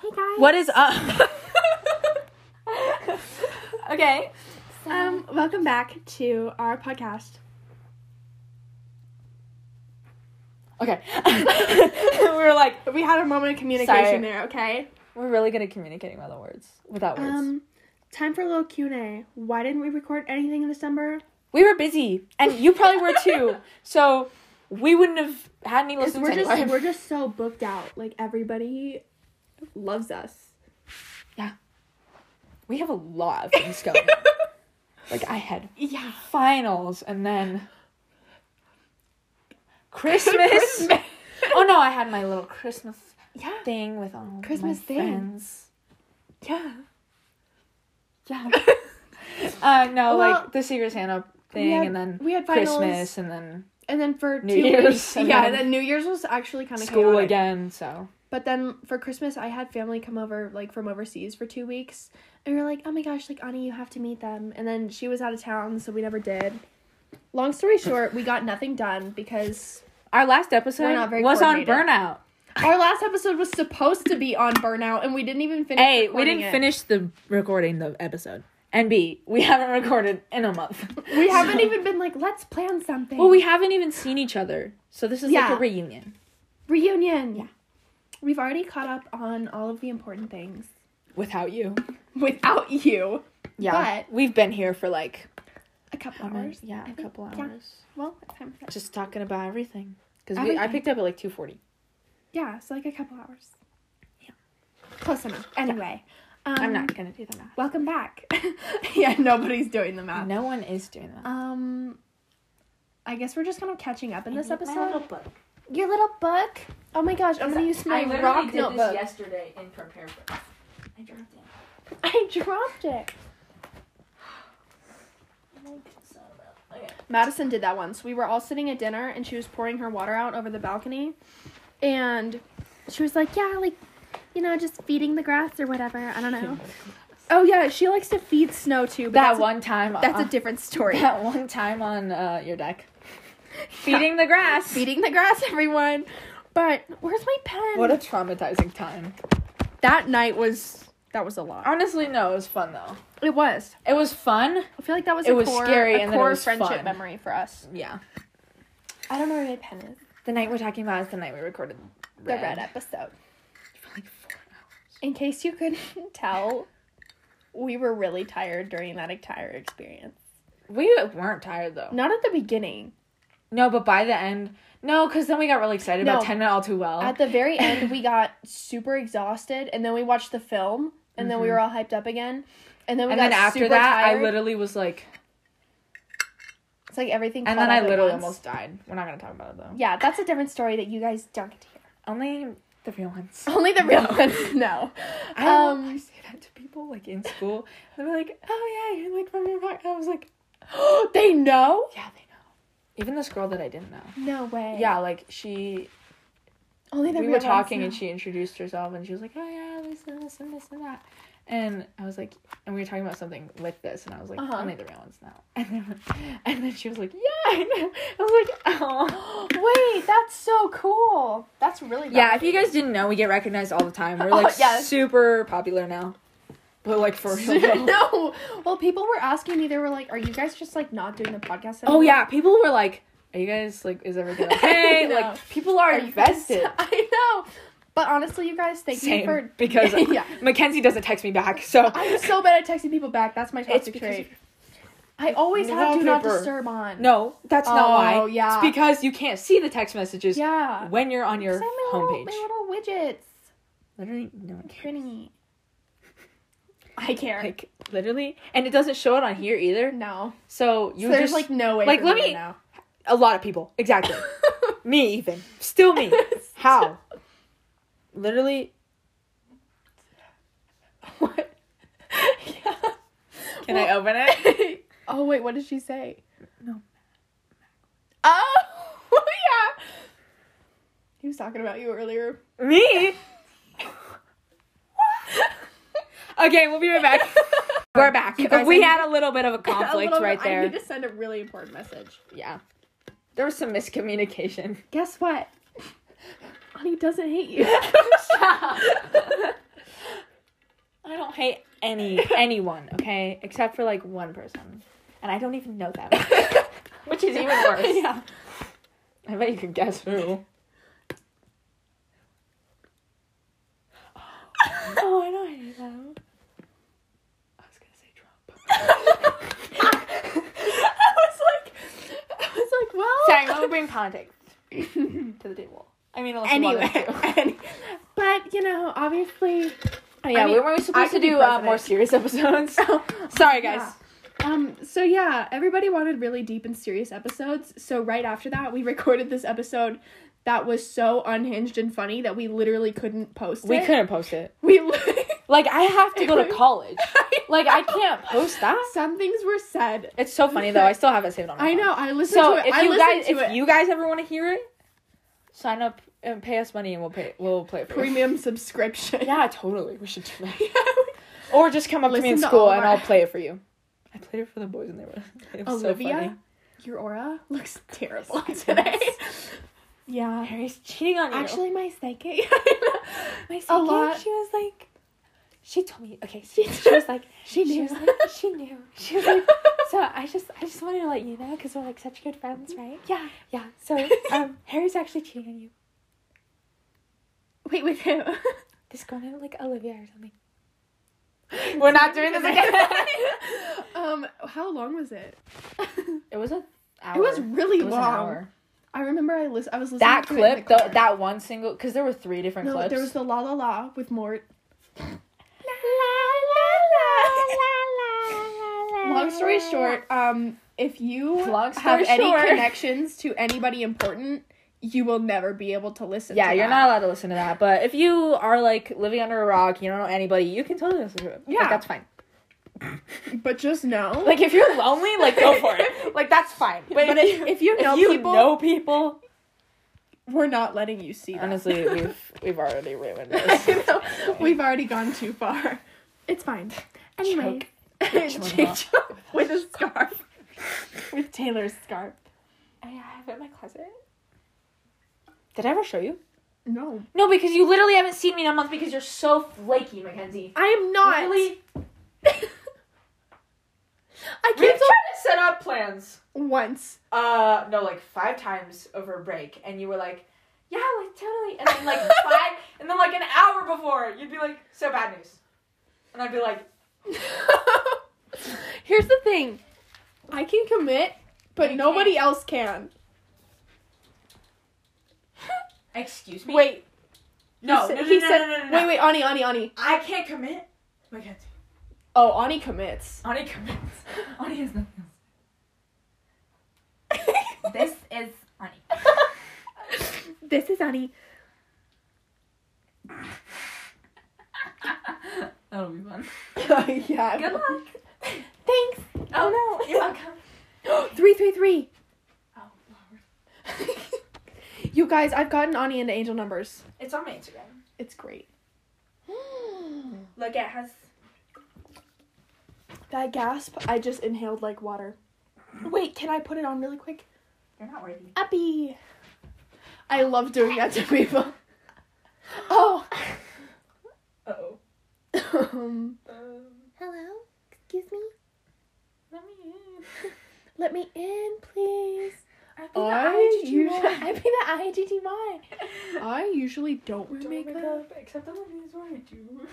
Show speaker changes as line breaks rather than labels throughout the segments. Hey guys.
What is up?
Okay.
So,
Um, welcome back to our podcast.
okay. we were like,
We had a moment of communication
Sorry.
there, okay?
we're really good at communicating without words. Without words.
Um, time for a little Q&A. Why didn't we record anything in December?
we were busy, and you probably were too. So we wouldn't have had any
'Cause
listens
We're just
anyway.
we're just so booked out. Like everybody loves us.
we have a lot of things going. like I had
Yeah.
finals, and then Christmas. oh no, I had my little Christmas
Yeah.
thing with all
Christmas
my
thing.
friends.
Yeah.
Yeah. uh, no,
Well,
like the Secret Santa thing,
had-
and then
We had finals,
Christmas, and then
and then for
New
two
Year's,
weeks,
and
yeah.
then
And then New Year's was actually kind of
school
chaotic.
again. So
But then for Christmas, I had family come over like from overseas for two weeks, and we were like, "Oh my gosh, like Ani, you have to meet them." And then she was out of town, so we never did. Long story short, we got nothing done because
our last
We're not
episode
very
was on
coordinated.
burnout.
our last episode was supposed to be on burnout, and we didn't even finish.
A, we
recording
didn't
it.
finish the recording the episode, and B, we haven't recorded in a month.
We haven't even been like, "Let's plan something."
well, we haven't even seen each other, so this is
Yeah.
like a reunion.
reunion. Yeah, we've already caught up on all of the important things
Without you,
without you.
yeah,
But-
we've been here for like
A
Oh
couple hours.
yeah,
I
a
think.
couple hours,
Yeah. Well, what time is it?
just talking about everything. Because I
Everything.
picked up at like two forty.
Yeah, it's like a couple hours.
Yeah.
Close enough. Anyway. Um,
I'm not gonna do the math.
Welcome back. yeah, nobody's doing the math.
No one is doing that.
Um, I guess we're just kind of catching up in this episode.
book.
Your little book. Oh my gosh, I'm gonna use my rock notebook.
yesterday in prepare for. I dropped it.
I dropped it.
Okay.
Madison did that once. We were all sitting at dinner and she was pouring her water out over the balcony. And she was like, Yeah, like, you know, just feeding the grass or whatever. I don't know. oh, yeah, she likes to feed snow too. But
That
that's a-
one time.
That's
uh,
a different story.
That one time on uh, your deck. Feeding the grass.
Feeding the grass, everyone. But where's my pen?
What a traumatizing time.
that night was that was a lot.
Honestly, no, it was fun though.
It was.
It was fun.
I feel like that was
It
a
was
core,
scary
a
and then it
core
was
friendship
fun.
memory for us.
Yeah.
I don't know where my pen is.
The night we're talking about is the night we recorded
The red episode. In case you couldn't tell, we were really tired during that entire experience.
We weren't tired though.
Not at the beginning.
No, but by the end, no, because then we got really excited
No.
about Ten Minute All Too Well.
At the very end, we got super exhausted, and then we watched the film, and then we were all hyped up again, Mm-hmm. and then we
and
got
then after
super
that,
tired.
I literally was like,
it's like everything.
and
caught
then I
up at
literally
once.
almost died. We're not gonna talk about it though.
Yeah, that's a different story that you guys don't get to hear.
Only the real ones.
Only the real ones know.
I, don't know,
Um,
I say that to people like in school. They're like, "Oh yeah, you're like from your podcast." I was like, "Oh,
they know?
yeah, they know." Even this girl that I didn't know.
No way.
Yeah, like she.
Only the
we
real
were
ones
talking,
know.
and she introduced herself, and she was like, "Oh yeah, this and this and this and that," and I was like, and we were talking about something like this, and I was like,
Uh-huh.
"Only the real ones now," and then, and then she was like, "Yeah," I know." I was like, "Oh."
Wait, that's so cool. That's really
Yeah, if you guys didn't know, we get recognized all the time. We're
Oh,
like
yeah.
super popular now. But like for real. though.
no. Well, people were asking me. They were like, "Are you guys just like not doing the podcast?"
Oh
anymore?"
yeah, people were like, "Are you guys like? Is everything okay?"
No.
Like people are,
Are you guys-
invested.
I know. But honestly, you guys, thank you
Same,
for
because
yeah.
Mackenzie doesn't text me back, so
I'm so bad at texting people back. That's my
It's
toxic
because
trait. I always have do not
Wallpaper.
disturb on.
no, that's not
Oh,
why.
yeah.
it's because you can't see the text messages
Yeah.
when you're on your
Because I'm my little-
homepage.
My little widgets.
Literally, no one cares.
Pretty. I care.
Like literally, and it doesn't show it on here either.
no.
So
So
you
there's
just
like no way.
like,
for
let
me to
me-
know.
a lot of people exactly. me even still me. How? Literally. What? Can I open it?
oh wait, what did she say?
No.
Oh yeah. He was talking about you earlier.
Me? okay, we'll be right back. We're back.
You guys,
we
I
had a little bit of a
A
conflict
little bit-
right
I
there.
need to send a really important message.
Yeah. There was some miscommunication.
Guess what? Ani doesn't hate you.
any anyone, okay? Except for like one person. And I don't even know that. Which is even worse.
yeah.
I bet you could guess who. oh, I know I knew them. I was gonna say Trump.
I was like, I was like, well.
Sorry, I'm gonna bring politics to the table. I mean, unless you want
anyway,
us to.
any- but you know, obviously,
Oh, yeah,
I mean,
we were
I
supposed to
could be
do uh, more
president.
serious episodes. Sorry, guys.
Yeah. um, so yeah, everybody wanted really deep and serious episodes. So right after that, we recorded this episode that was so unhinged and funny that we literally couldn't post
We
it.
couldn't post it.
We literally,
Like, I have to go to college. Like, I can't post that.
Some things were said.
It's so funny though. I still have it saved on. my
I
phone.
know. I listened
So
to it.
if
I
you
listened
guys,
to
if
it.
you guys ever want to hear it, sign up and pay us money, and we'll pay. We'll play it for you.
Premium subscription.
Yeah, totally. We should do that. Or just come up to me in
Listen to
school,
all
and
our-
I'll play it for you. I played it for the boys, and they were. It was so funny.
Olivia, your aura looks terrible today. Yeah.
Harry's cheating on you.
Actually, my psychic.
my
a
psychic,
lot-
She was like, she told me. Okay, she, she was like,
She
She
knew.
was like, she knew. She was like, so I just, I just wanted to let you know because we're like such good friends, right?
Mm-hmm. yeah.
Yeah. So, um, Harry's actually cheating on you.
Wait, with who?
This girl named like Olivia or something. We're not doing this again.
um, how long was it?
it was an hour.
It was really
It was an
long.
hour.
I remember I lis- I was listening
That
to it in
clip,
the
tho-
car.
that one single, because there were three different
no,
clips.
there was the la la la with Mort. Long story short, um, if you
Ah. Long
have
story
any
short.
connections to anybody important, you will never be able to listen.
Yeah,
to
you're
that.
not allowed to listen to that. But if you are like living under a rock, you don't know anybody, you can totally listen to it. Like,
Yeah.
that's fine.
But just know,
Like if you're lonely, like go for it. Like that's fine. But,
But
if,
if- if you know people-
know people,
we're not letting you see. that.
honestly, we've we've already ruined this.
I know. We've already gone too far. It's fine. Anyway,
Choke.
Choke with a scarf, with Taylor's scarf.
I have it in my closet. Did I ever show you?
No,
No, because you literally haven't seen me in a month because you're so flaky, Mackenzie.
I am not.
Really?
I
We've tried
canceled
to set up plans.
once.
Uh, no, like five times over a break, and you were like, "Yeah, like totally," and then like five, and then like an hour before, you'd be like, "So bad news," and I'd be like,
Here's the thing, I can commit, but
You
nobody else can.
"Excuse me."
Wait,
no,
he said,
no, no,
he
no,
said-
no, no, no, no.
wait, wait, Ani, Ani, Ani.
I can't commit. Mackenzie,
Oh, Ani commits.
Ani commits. Ani has nothing. else.
This is funny.
this is Ani.
That'll be fun.
yeah.
Good luck.
Thanks.
Oh no. You're welcome.
Three, three, three.
Oh lord.
You guys, I've gotten Ani into angel numbers.
It's on my Instagram.
It's great.
Look, it has.
That gasp, I just inhaled like water. Wait, can I put it on really quick?
You're not worthy.
Uppy. I love doing that to people. Oh.
Uh oh.
Um,
Um,
Hello? Excuse me?
let me in.
Let me in, please.
I think
I,
I
usually,
usually.
I be the IGTY. I usually don't wear
Don't
makeup.
make up, except on the days where I do.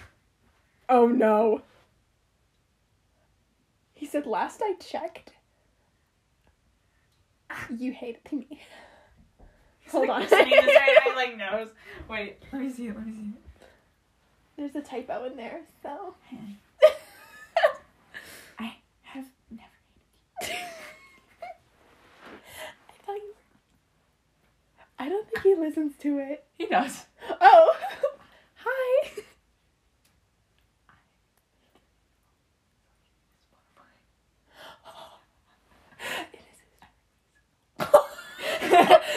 Oh no. He said, last I checked, you hated me. Hold on.
I like nose. Wait, let me see it. Let me see it.
There's a typo in there, so.
I have never.
I thought you were. I don't think he listens to it.
He knows.
Oh! Hi!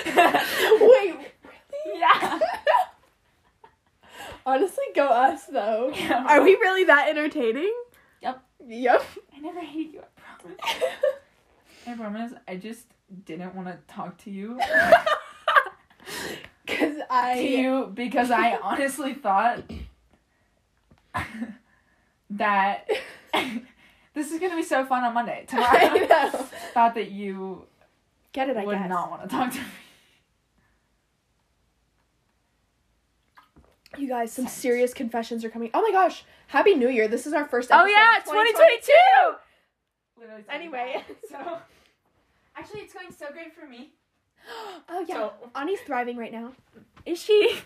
Wait, really?
Yeah.
Honestly, go us though.
Yeah.
Are we really that entertaining?
Yep.
Yep.
I never hated you. I promise. I promise. I just didn't want to talk to you.
Cause I
to you because I honestly thought
that this is gonna be so fun on Monday.
I
Tomorrow,
know.
thought that you
Get it, I
would
guess.
not want to talk to me.
You guys, some serious confessions are coming. Oh my gosh. Happy New Year. This is our first episode.
Oh, yeah,
of
2022.
Literally. something
Anyway.
bad. so
Actually, it's going so great for me.
oh yeah.
So-
Ani's thriving right now.
Is she?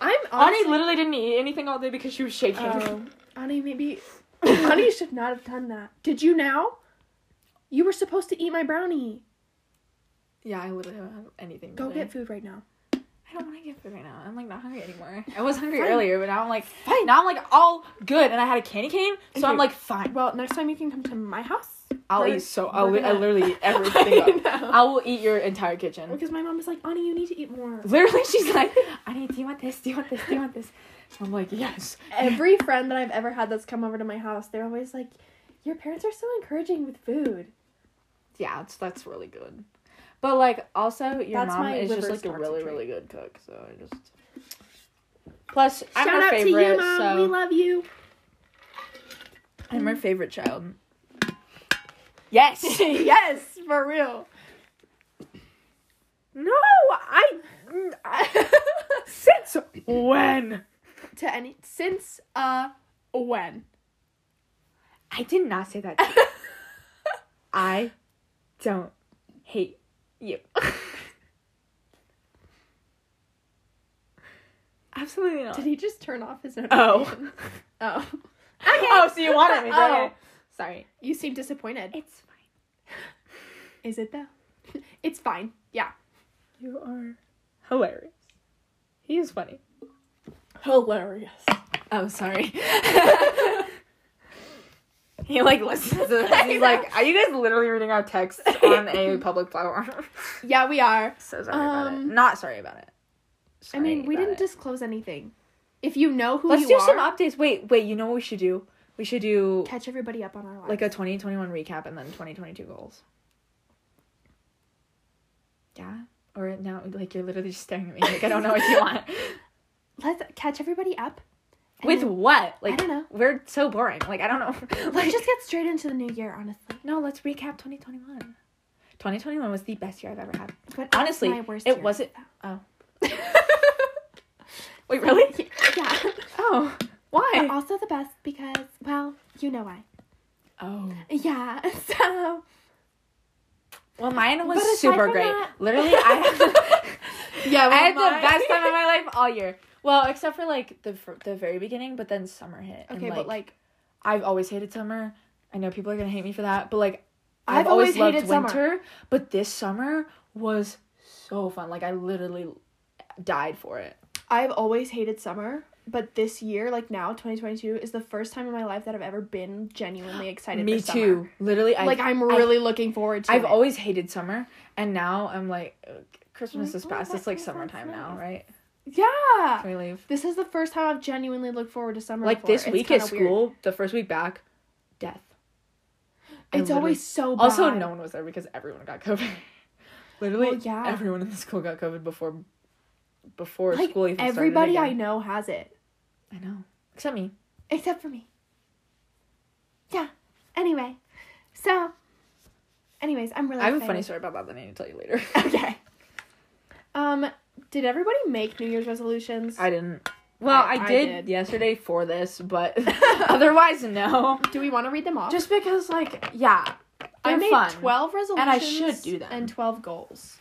I'm
Ani
honestly,
literally didn't eat anything all day because she was shaking.
Oh, Ani maybe Ani should not have done that. Did you now? You were supposed to eat my brownie.
yeah, I literally don't have anything.
Go
today.
get food right now.
I don't want to get food right now. I'm like not hungry anymore. I was hungry
Fine.
earlier, but now I'm like fine. Now I'm like all good, and I had a candy cane, so
Okay.
I'm like fine.
Well, next time you can come to my house.
I'll
We're-
eat so
we're
I'll li- Oh, I
gonna-
literally eat everything. up.
I know.
I will eat your entire kitchen.
Because my mom was like, Ani, you need to eat more.
Literally, she's like, I need. Do you want this? Do you want this? Do you want this? So I'm like, yes.
Every friend that I've ever had that's come over to my house, they're always like, Your parents are so encouraging with food.
Yeah, it's, that's really good. But like, also, your
That's
mom
my
is just
liver's
like a really,
toxic trait.
really good cook. So I just. Plus, I'm
Shout
her
out
favorite.
to you, mom.
So
We love you.
I'm her favorite child. Yes.
yes, for real.
no, I. Since when?
To any since uh when?
I did not say that. to you. I don't hate you. Absolutely not.
Did he just turn off his
Oh.
notification? Oh. oh.
Oh, so you wanted me?
Oh.
Okay. Sorry.
You seem disappointed.
It's fine.
Is it though? it's fine. Yeah.
You are hilarious. He is funny.
Hilarious.
Oh, sorry. he like listens to this. He's like, are you guys literally reading our texts on a public platform?
Yeah, we are.
so sorry about it.
Um,
Not sorry about it.
I mean,
Sorry
we
about
didn't
it.
disclose anything. If you know who
Let's
you
do
are,
some updates. Wait, wait. You know what we should do? We should do
catch everybody up on our lives.
like a 2021 recap and then 2022 goals. Yeah. Or now, like you're literally just staring at me. Like I don't know what you want.
Let's catch everybody up. and
With
then
what? Like
don't know.
We're so boring. Like I don't know.
let's
like
just get straight into the new year, honestly.
no. Let's recap 2021. 2021 was the best year I've ever had.
But that was
Honestly,
my worst
it
year.
wasn't- Oh. Wait,
yeah.
Oh.
But
Why?
also the best because, well, you know why.
Oh.
Yeah. So
Well, mine
But aside
was super
from
great.
that-
Literally, I.
yeah,
I had the best time of Oh my life all year. Well, except for like the fir- the very beginning, but then summer hit. and,
Okay, but like
I've always hated summer. I know people are gonna hate me for that, but like
I've
I've, always,
always hated
loved
summer.
winter. But this summer was so fun. Like I literally died for it.
I've always hated summer, but this year, like now, 2022 is the first time in my life that I've ever been genuinely excited.
me
for summer.
too. Literally, I
like I'm really looking forward to.
I've
it.
always hated summer, and now I'm like, uh, Christmas is
Oh,
past.
that
It's like
kind of sounds
summertime now,
nice.
right?
yeah.
Can we leave?
This is the first time I've genuinely looked forward to summer.
Like
before.
this
It's
week at
kinda weird.
school, the first week back, death. I
it's
literally-
always so. Bad.
Also, no one was there because everyone got COVID. Literally,
Well, yeah.
everyone in the school got COVID before before
Like
school even
everybody I
started.
know has it,
I know. I know. Except me.
except for me. Yeah. Anyway, so. Anyways, I'm really.
I have a funny
excited.
story about that that I need to tell you later.
Okay. Um, did everybody make New Year's resolutions?
I didn't. Well,
I-
I,
I
did,
did.
yesterday for this, but otherwise, no.
Do we want to read them off?
Just because, like, yeah,
I
they're
made
fun.
twelve resolutions,
I should do them.
and twelve goals.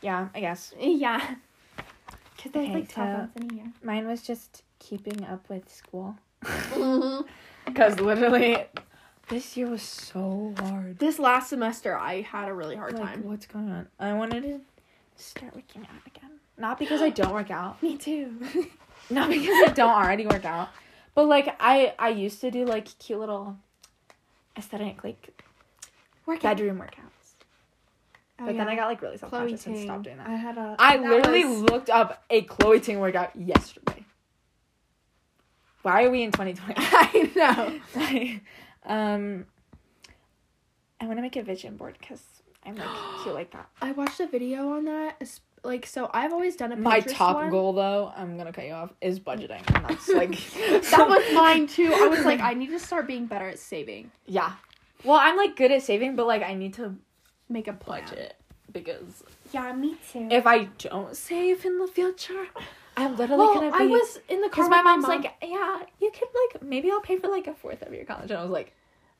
Yeah, I guess
Yeah, because there's
Okay,
like twelve
so-
months in a year.
mine was just keeping up with school.
Mhm.
Because literally, this year was so hard.
This last semester, I had a really hard
like,
time.
What's going on? I wanted to start working out again. Not because I don't work out.
Me too.
Not because I don't already work out. But like I I used to do like cute little aesthetic like
Working.
bedroom workouts.
Oh,
but then
yeah.
I got like really self
Chloe
conscious and
Ting.
stopped doing
I
that.
had a.
I
that
literally
was-
looked up a Chloe Ting workout yesterday. Why are we in 2020?
I know.
um I want to make a vision board cuz I'm like cute like that.
I watched a video on that. es- like so I've always done a Pinterest
My top
one.
goal, though, I'm gonna cut you off, is budgeting. And that's like
That was mine too. I was like, I need to start being better at saving.
Yeah. Well, I'm like good at saving, but like I need to
Make a plan.
budget because
Yeah, me too.
if I don't save in the future, I'm literally
well,
gonna be.
I was in the car
because
with
my mom's
mom.
like, yeah, you could like maybe I'll pay for like a fourth of your college, and I was like,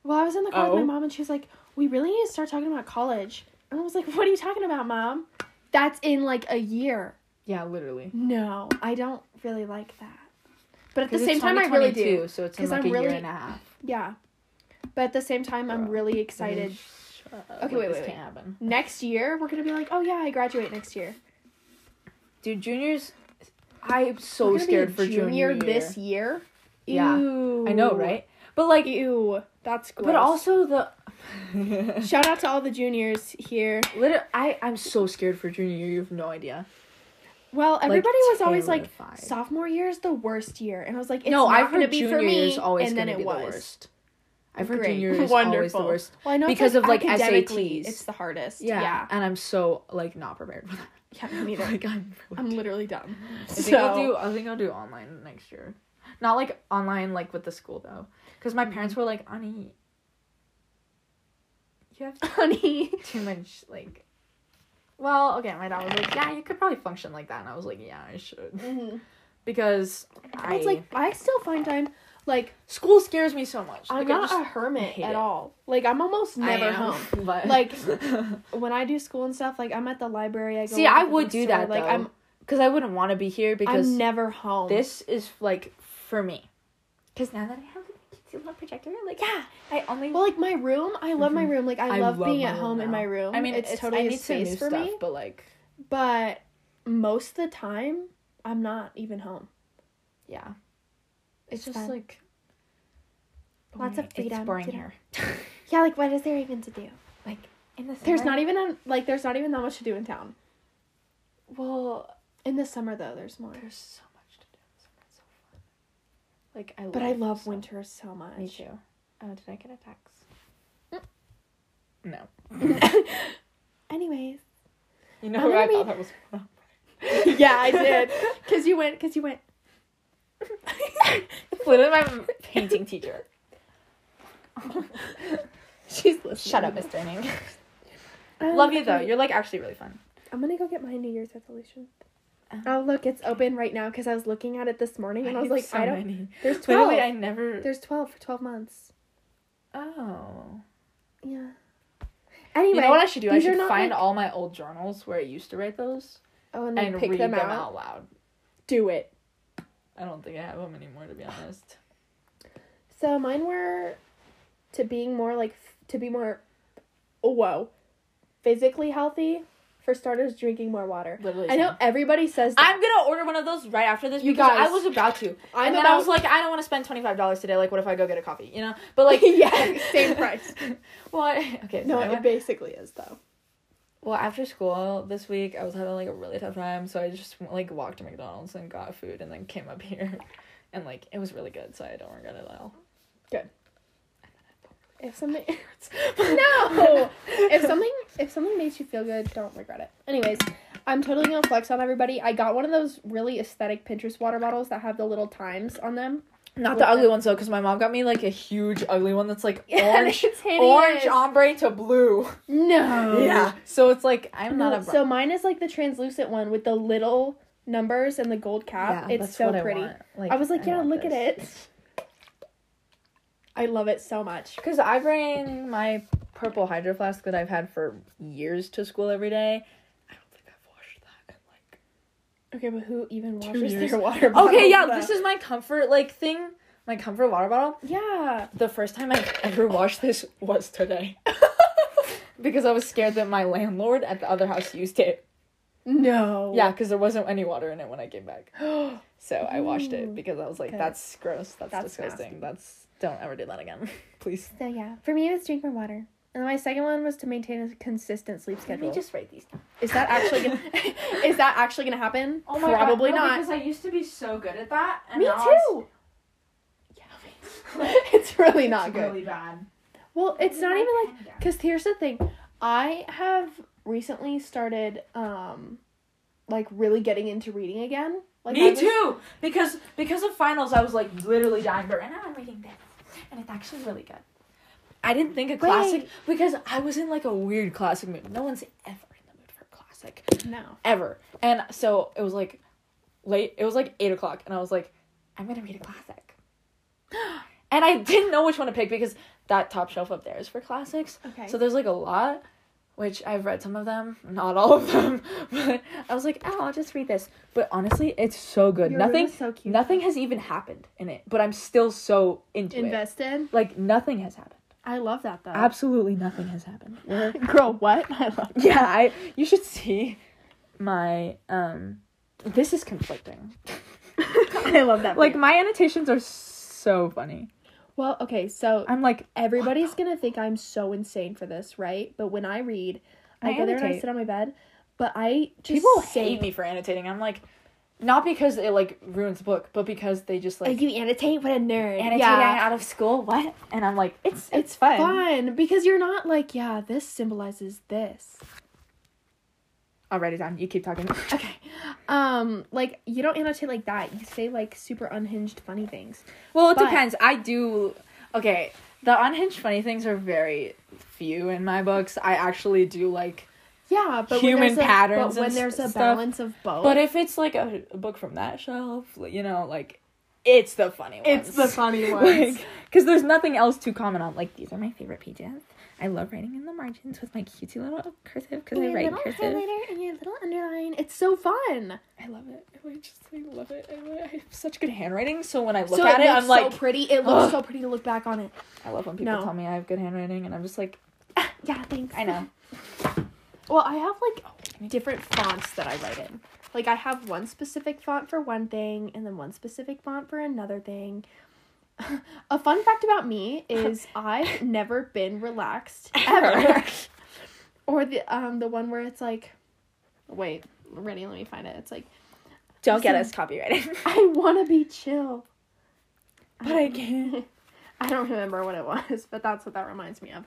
Well, I was in the car with
Oh.
my mom, and she was like, "We really need to start talking about college." And I was like, "What are you talking about, mom? That's in like a year."
yeah, literally.
No, I don't really like that. But at the
'Cause
same
it's
time, I really
2022,
do.
So it's
'Cause
in like
I'm
a year
really
and a half.
Yeah. But at the same time, I'm
Bro.
really excited.
Shut
Okay,
up, like,
wait,
this
wait,
can't happen,
Next year, we're gonna be like, "Oh yeah, I graduate next year."
dude. Juniors, I'm
We're
so
gonna be
scared
a
for junior, year.
this year.
Yeah.
Ew.
I know, right? But like,
Ew, that's gross.
but also the.
shout out to all the juniors here.
Literally, I I'm so scared for junior year. You have no idea.
Well, everybody was always like,
terrified.
sophomore year is the worst year, and I was like, it's
no,
not
I've
gonna
heard
be
junior
for me.
year's always
and then it
gonna be
was.
the worst. I've heard
Great.
junior year's always the
Wonderful.
worst.
Well, I know it's,
Because of, like,
academically,
SATs.
it's the hardest.
Yeah,
Yeah,
and I'm so like not prepared for that.
yeah, me neither.
Like I'm. Really,
I'm literally dumb.
I think I'll do. I think I'll do online next year. Not like online, like with the school though, because my parents were like, "Ani, you have
honey.
too much like." Well, okay, my dad was like, "Yeah, you could probably function like that," and I was like, "Yeah, I should," because
I
I
was like, I still find time like
school scares me so much.
I'm
Like, I
not
just-
a hermit
hate
at
it.
all. Like I'm almost
I
never
am,
home.
but
Like- When I do school and stuff, like I'm at the library. I go
See,
to
I
the
would do
store,
that
Like
though,
I'm,
because I wouldn't want to be here because
I'm never home.
this is like for me. Because now that I have a cute little projector, like
yeah.
I only
Well, like my room, I love my room. Like I,
Mm-hmm. I
love,
love
being
my
at
room
home in
now.
my room.
I mean,
it's, totally
I
a
need some
space
new
for
stuff,
me.
but like,
But most of the time, I'm not even home.
yeah, it's,
It's
just
fun.
like
Lots of
boring.
freedom,
It's boring
freedom.
here.
Yeah, like what is there even to do?
Like in the
There's
summer-
not even a, like there's not even that much to do in town.
well.
In the summer though, there's more.
There's so much to do. in the summer. It's so fun. Like I.
But I love
summer.
winter so much.
Me too. Oh, did I get a text?
Mm.
No.
Anyways.
You know
I'm
who I
gonna
thought that was. from?
yeah, I did. Cause you went. Cause you went.
It's Literally, my painting teacher.
She's listening.
Shut up, Miss Durning.
Um,
Love you though.
okay.
You're like actually really fun.
I'm gonna go get my New Year's resolution.
Oh.
Oh look, it's open right now because I was looking at it this morning and I, was like, I don't.
Many.
There's twelve.
Literally, I never.
There's twelve for twelve months.
Oh.
Yeah. Anyway,
you know what I should do? I
these are
should
not,
find
like-
all my old journals where I used to write those
oh, and, like,
and
pick
read
them,
them,
out.
out loud.
Do it.
I don't think I have them anymore, to be honest.
So mine were to being more like f- to be more. Oh, whoa, physically healthy. For starters, drinking more water.
Literally,
I know everybody says that.
I'm gonna order one of those right after this
You
because
guys-
I was about to,
I'm
and then I was like, I don't want to spend twenty five dollars today. Like, what if I go get a coffee? You know, but like,
yeah, same price.
well, I- okay.
No,
so I
it
went-
basically is though.
well, after school this week, I was having like a really tough time, so I just like walked to McDonald's and got food, and then came up here, and like it was really good, so I don't regret it at all.
If something no, if something if something makes you feel good, don't regret it. Anyways, I'm totally gonna flex on everybody. I got one of those really aesthetic Pinterest water bottles that have the little times on them.
Not
With
the ugly
them.
ones though, because my mom got me like a huge ugly one that's like
And
orange,
it's hideous.
orange ombre to blue.
No.
So it's like I'm
No,
not a.
so mine is like the translucent one with the little numbers and the gold cap. it's so pretty. I, was like, yeah, look at it. I love it so much.
Because I bring my purple hydro flask that I've had for years to school every day. I don't think I've washed that in
Okay, but who even washes
years. Oh,
their water
like.
bottle?
Okay, yeah, this is my comfort like thing. My comfort water bottle.
Yeah.
The first time I ever washed this was today. because I was scared that my landlord at the other house used it.
No.
Yeah, because there wasn't any water in it when I came back. So I washed it because I was like,
Okay.
that's gross. That's,
That's
disgusting. That's don't ever do that again. Please.
So yeah, for me it was drink more water. And then my second one was to maintain a consistent sleep schedule.
write these down.
Is that actually gonna, is that actually gonna happen?
Oh my God,
Probably
no,
not.
Because I used to be so good at that. And
Me
now it's-
too. it's really not
it's
good.
really bad.
Well, it's not even like
like.
because here's the thing, I have recently started um like really getting into reading again. Like I
Me
was-
too. Because because of finals, I was like literally dying. But right now I'm reading this, and it's actually really good.
I didn't think a classic because I was in like a weird classic mood. No one's ever in the mood for a classic.
No.
Ever. And so it was like late it was like eight o'clock and I was like, I'm gonna read a classic. and I didn't know which one to pick because that top shelf up there is for classics.
Okay.
So there's like a lot, which I've read some of them, not all of them. But I was like, oh, I'll just read this. But honestly, it's so good.
Your room
nothing
is so cute.
nothing has even happened in it, but I'm still so into it.
invested.
Like nothing has happened.
I love that though.
Absolutely nothing has happened.
Girl, what? I love.
yeah, I you should see my um this is conflicting.
I love that.
Like my annotations are so funny.
well, okay, so
I'm like
everybody's gonna think I'm so insane for this, right? But when I read, I,
I
go there and I
annotate.
sit on my bed. But I just
people
say,
hate me for annotating. I'm like not because it like ruins the book, but because they just
Like
like
you annotate, what a nerd!
annotating
yeah,
out of school, what? And I'm like it's it's,
it's
fun.
fun because you're not like, yeah, this symbolizes this.
I'll write it down. You keep talking.
Okay. Um, like you don't annotate like that. You say like super unhinged funny things.
Well, it
But-
depends. I do. Okay, the unhinged funny things are very few in my books. I actually do like.
Yeah, but
Human
when there's
patterns
A, but when
and
there's a
stuff.
balance of both.
But if it's like a, a book from that shelf, like, you know, like it's the funny ones.
funny
because there's nothing else to comment on. Like these are my favorite pages. I love writing in the margins with my cutesy little cursive because I
your
write
little
cursive.
highlighter and your little underline. It's so fun.
I love it. I just I love it. I, love it. I have such good handwriting. So when I look
so
at
it,
it,
looks
I'm like,
so pretty. It looks
ugh.
so pretty to look back on it.
I love when people
No.
tell me I have good handwriting, and I'm just like,
Yeah, thanks.
I know.
Well, I have like different fonts that I write in. Like I have one specific font for one thing and then one specific font for another thing. A fun fact about me is I've never been relaxed ever. or the um the one where it's like wait, ready, let me find it. It's like
Don't get us copyrighted.
I want to be chill.
but I can't.
I don't remember what it was, but that's what that reminds me of.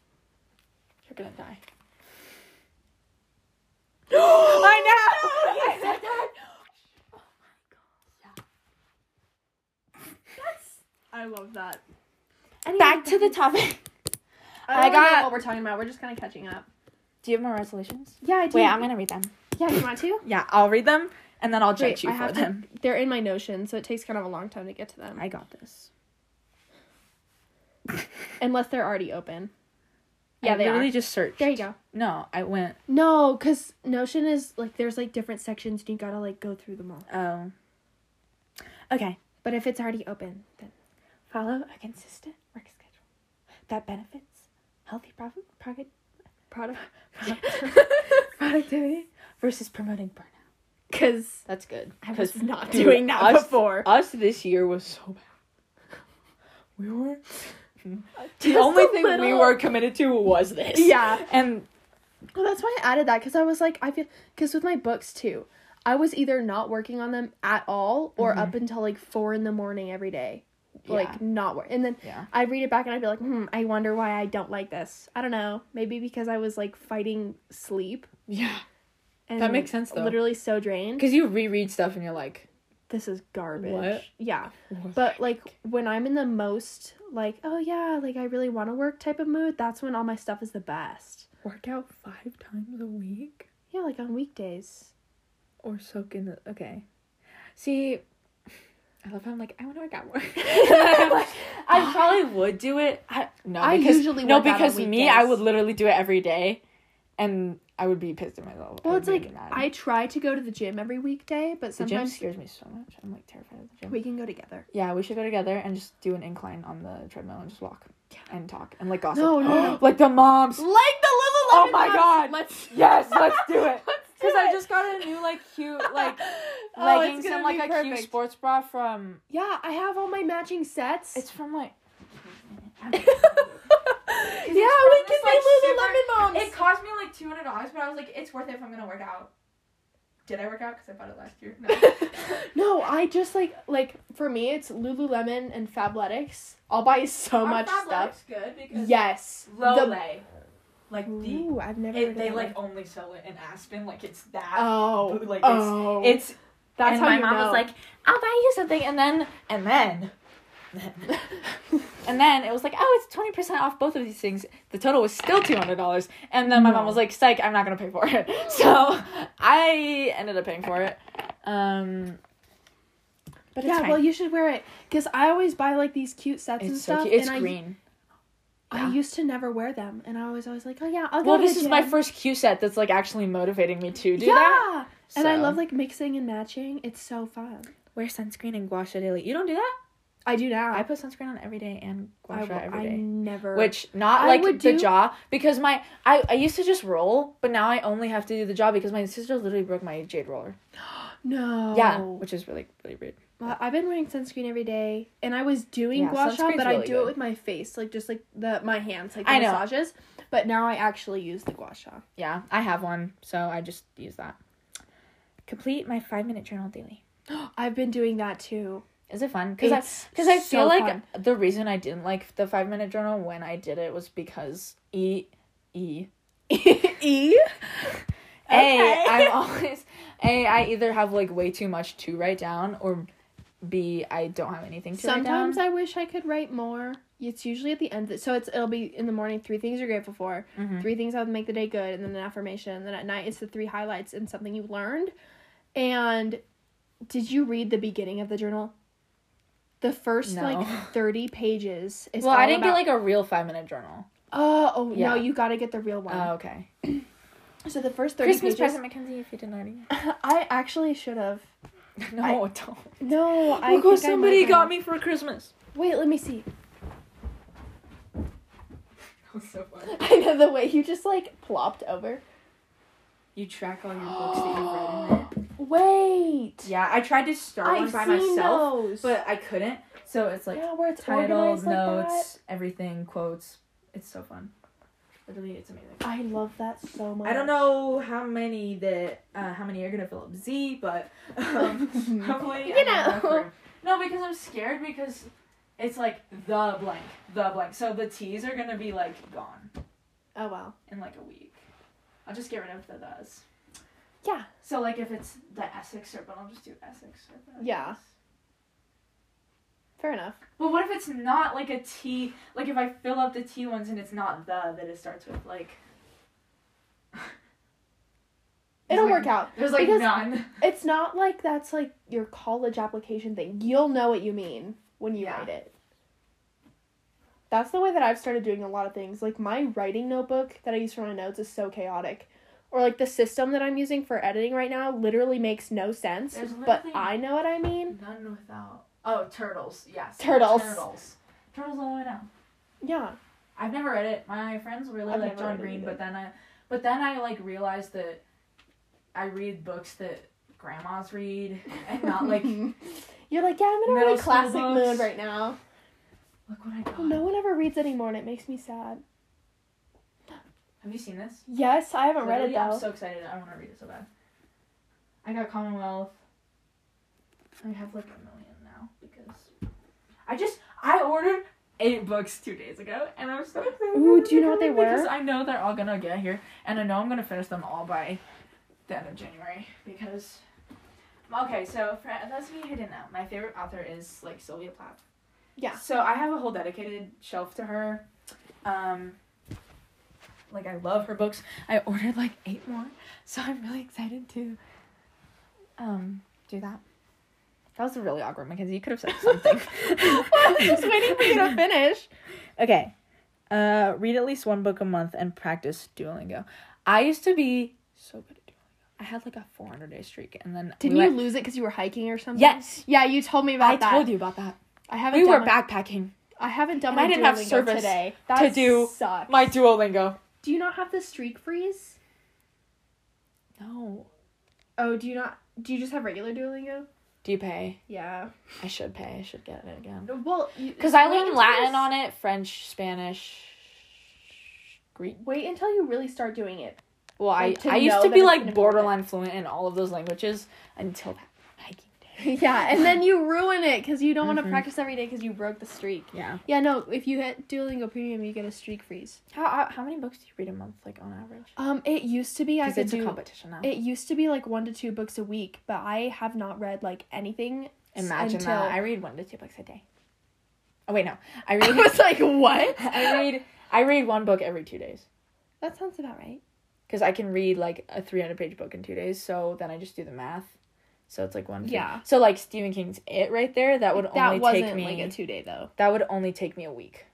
You're gonna die.
I know.
Oh
I love that.
Back to the topic.
I,
I
don't really know
got-
what we're talking about. We're just kind of catching up.
Do you have more resolutions?
Yeah, I do.
Wait, I'm gonna read them.
Yeah, you want to?
Yeah, I'll read them, and then I'll
Wait,
judge you
I
for
have to-
them.
They're in my notion, so it takes kind of a long time to get to them,
I got this.
unless they're already open.
Yeah,
Yeah,
they
they
literally
are.
just searched.
There you go.
No, I went.
No, because Notion is like there's like different sections, and you gotta like go through them all.
Oh. Okay.
But if it's already open, then
Follow a consistent work schedule that benefits healthy profit, profit
product
productivity versus promoting burnout.
because
That's good.
I was not
dude,
doing that
us-
before.
Us this year was so bad. We were the
Just
only
a
thing we
little-
were committed to was this.
Yeah.
And
Well, that's why I added that because I was like, I feel because with my books too, I was either not working on them at all or up until like four in the morning every day,
Mm-hmm. Yeah.
like not work. And then
Yeah.
I'd read it back and I'd be like, hmm, I wonder why I don't like this. I don't know. Maybe because I was like fighting sleep.
yeah.
And
That makes sense, though.
Literally so drained.
Because you reread stuff and you're like,
This is garbage.
What?
Yeah.
What?
But like when I'm in the most like, oh yeah, like I really want to work type of mood, that's when all my stuff is the best.
work out five times a week
Yeah, like on weekdays.
or soak in the. Okay. See, I love how I'm like, I want to work out more. I probably would do it. I, no,
I
because,
usually
no,
work out on
because me, I
weekdays.
would literally do it every day, and I would be pissed at myself. I
Well,
would
it's
be
like
mad.
I try to go to the gym every weekday, but
the gym
sometimes
scares me so much. I'm like terrified of the gym.
we can go together.
Yeah, we should go together and just do an incline on the treadmill and just walk and talk and like gossip.
No, no, no.
like the moms.
Like the little
Oh my god.
Let's
Yes, let's do it.
do
Because I
it.
just got a new like cute like
Oh, it's
leggings
gonna
and like
be
a cute
perfect.
sports bra from.
Yeah, I have all my matching sets.
It's from like.
yeah,
It's
we can
from this,
be
like,
Lululemon moms.
It cost me like two hundred dollars, but I was like, it's worth it if I'm gonna work out. Did I work out? Because I bought it last year. No.
no, I just like like for me, it's Lululemon and Fabletics. I'll buy so
Our
much
Fab
stuff.
Lab's Good because
Yes,
low
The-
lay. Like the
Ooh, I've never. heard
it,
of
they
that
like
one.
only sell it in Aspen. Like it's that.
Oh.
like, it's-
oh.
it's
That's
and
how
my
you
mom
know.
was like, "I'll buy you something," and then and then. and then it was like, oh, it's twenty percent off both of these things. The total was still two hundred dollars, and then my mom
No.
was like, "Psych, I'm not gonna pay for it." So I ended up paying for it. Um, but it's
yeah,
fine.
well, you should wear it because I always buy like these cute sets and
it's so
stuff.
cute. It's
and
green.
I,
yeah.
I used to never wear them, and I was always like, oh yeah, I'll go.
Well,
to the
this is my
gym."
first Q set that's like actually motivating me to do
yeah,
that.
and I
So.
love like mixing and matching. It's so fun.
Wear sunscreen and gua sha daily. You don't do that?
I do now.
I put sunscreen on every day and gua sha
will-
every day.
I never.
which not
I
like
would
the
do-
jaw because my I, I used to just roll but now i only have to do the jaw because my sister literally broke my jade roller
no.
yeah which is really really weird
Well, I've been wearing sunscreen every day, and I was doing
Yeah,
gua sha,
sunscreen's
but I
really
do it
good.
with my face, like just like the my hands, like the
I know.
massages. But now I actually use the gua sha.
yeah i have one so i just use that complete my five minute journal daily
I've been doing that too.
is it fun because i
It's
because i
so
feel like
fun.
the reason i didn't like the five minute journal when i did it was because e e
E.
A, I'm always A, I either have like way too much to write down or B, I don't have anything to write down.
Sometimes I wish I could write more. It's usually at the end. So it's it'll be in the morning. Three things you're grateful for.
Mhm.
Three things that would make the day good, and then an affirmation. And then at night it's the three highlights and something you learned. And did you read the beginning of the journal? The first
No.
like thirty pages is
well,
all
I didn't
about-
get like a real five minute journal.
Oh, oh
Yeah.
no, you gotta get the real one.
Oh, okay.
so the first thirty
Christmas
pages.
present, Mackenzie, if you didn't already.
I actually should have.
no,
I-
don't.
No, Oh, I.
Look what
think I
somebody
might
got
have.
me for Christmas.
Wait, let me see.
so funny.
I know the way you just like plopped over.
You track all your books that you've read in there.
Wait.
Yeah, I tried to start one
I've
by
seen
myself,
those.
but I couldn't. So it's like
yeah, where it's
titles,
organized like
notes, everything, quotes. It's so fun. Literally, it's amazing.
that. I love that so much.
I don't know how many that uh, how many are gonna fill up Z, but um, hopefully
You
I have enough
know.
room. No, because I'm scared because it's like the blank, the blank. So the T's are gonna be like gone
Oh well.
in like a week. I'll just get rid of the thes.
Yeah.
So like if it's the Essex serpent, I'll just do Essex serpent.
Yeah. Fair enough.
But what if it's not like a T? Like if I fill up the T ones and it's not the that it starts with, like
It'll
like-
work out.
there's like
Because-
none.
It's not like that's like your college application thing. You'll know what you mean when you
Yeah.
write it. That's the way that I've started doing a lot of things. Like my writing notebook that I use for my notes is so chaotic. Or like the system that I'm using for editing right now literally makes no sense,
There's
but
literally-
I know what I mean.
None without. Oh, turtles. Yes.
Turtles.
Turtles. Turtles all the way down.
Yeah.
I've never read it. My friends really
I've
like
never
John
read it
Green,
either.
but then I, but then I like realized that I read books that grandmas read and not like
You're like, yeah, I'm in a
Middle
really
school
classic
books.
mood right now.
look what I got.
No one ever reads anymore, and it makes me sad.
Have you seen this?
Yes, I haven't read it
Literally,
though.
I'm so excited. I want to read it so bad. I got Commonwealth. I have like a million now because I just I ordered eight books two days ago and I'm so excited.
Ooh, do you know what they
Because
were?
I know they're all gonna get here and I know I'm gonna finish them all by the end of January because. Okay, so for those of you who didn't know, my favorite author is like Sylvia Plath.
yeah.
So I have a whole dedicated shelf to her. Um, like I love her books.
I ordered like eight more, so I'm really excited to um do that. That was really awkward, Mackenzie. You could have said something.
I was just waiting for you to finish.
Okay. Uh, read at least one book a month and practice Duolingo. I used to be so good at Duolingo. I had like a 400 day streak, and then
Didn't
we
you
went-
lose it because you were hiking or something?
Yes,
Yeah, you told me about
I
that.
told you about that.
I haven't.
We
done
were
my-
backpacking.
I haven't done
and
my
I didn't have
Duolingo
service
today. That
do
sucks.
My Duolingo.
do you not have the streak freeze?
No.
Oh, do you not? Do you just have regular Duolingo?
Do you pay?
Yeah.
I should pay. I should get it again.
Well,
Because I learned Latin on it, French, Spanish, Greek.
Wait until you really start doing it.
Well, I,
Like, to
I used
know
to
that
be
it's gonna
like
be worth it.
borderline fluent in all of those languages until that hiking day.
yeah, and then you ruin it because you don't want to
Mhm.
practice every day because you broke the streak.
Yeah.
Yeah, no. If you hit Duolingo Premium, you get a streak freeze.
How how many books do you read a month, like on average?
Um, it used to be I
Because
could
it's
do.
a competition now.
It used to be like one to two books a week, but I have not read like anything. s-
Imagine
until...
that. I read one to two books a day. Oh wait, no. I read.
I was like, what?
I read. I read one book every two days
That sounds about right.
because I can read like a three hundred page book in two days. So then I just do the math. So it's like one.
Yeah.
So like Stephen King's It right there. That would
That
only
wasn't
take me.
like a two day though.
that would only take me a week.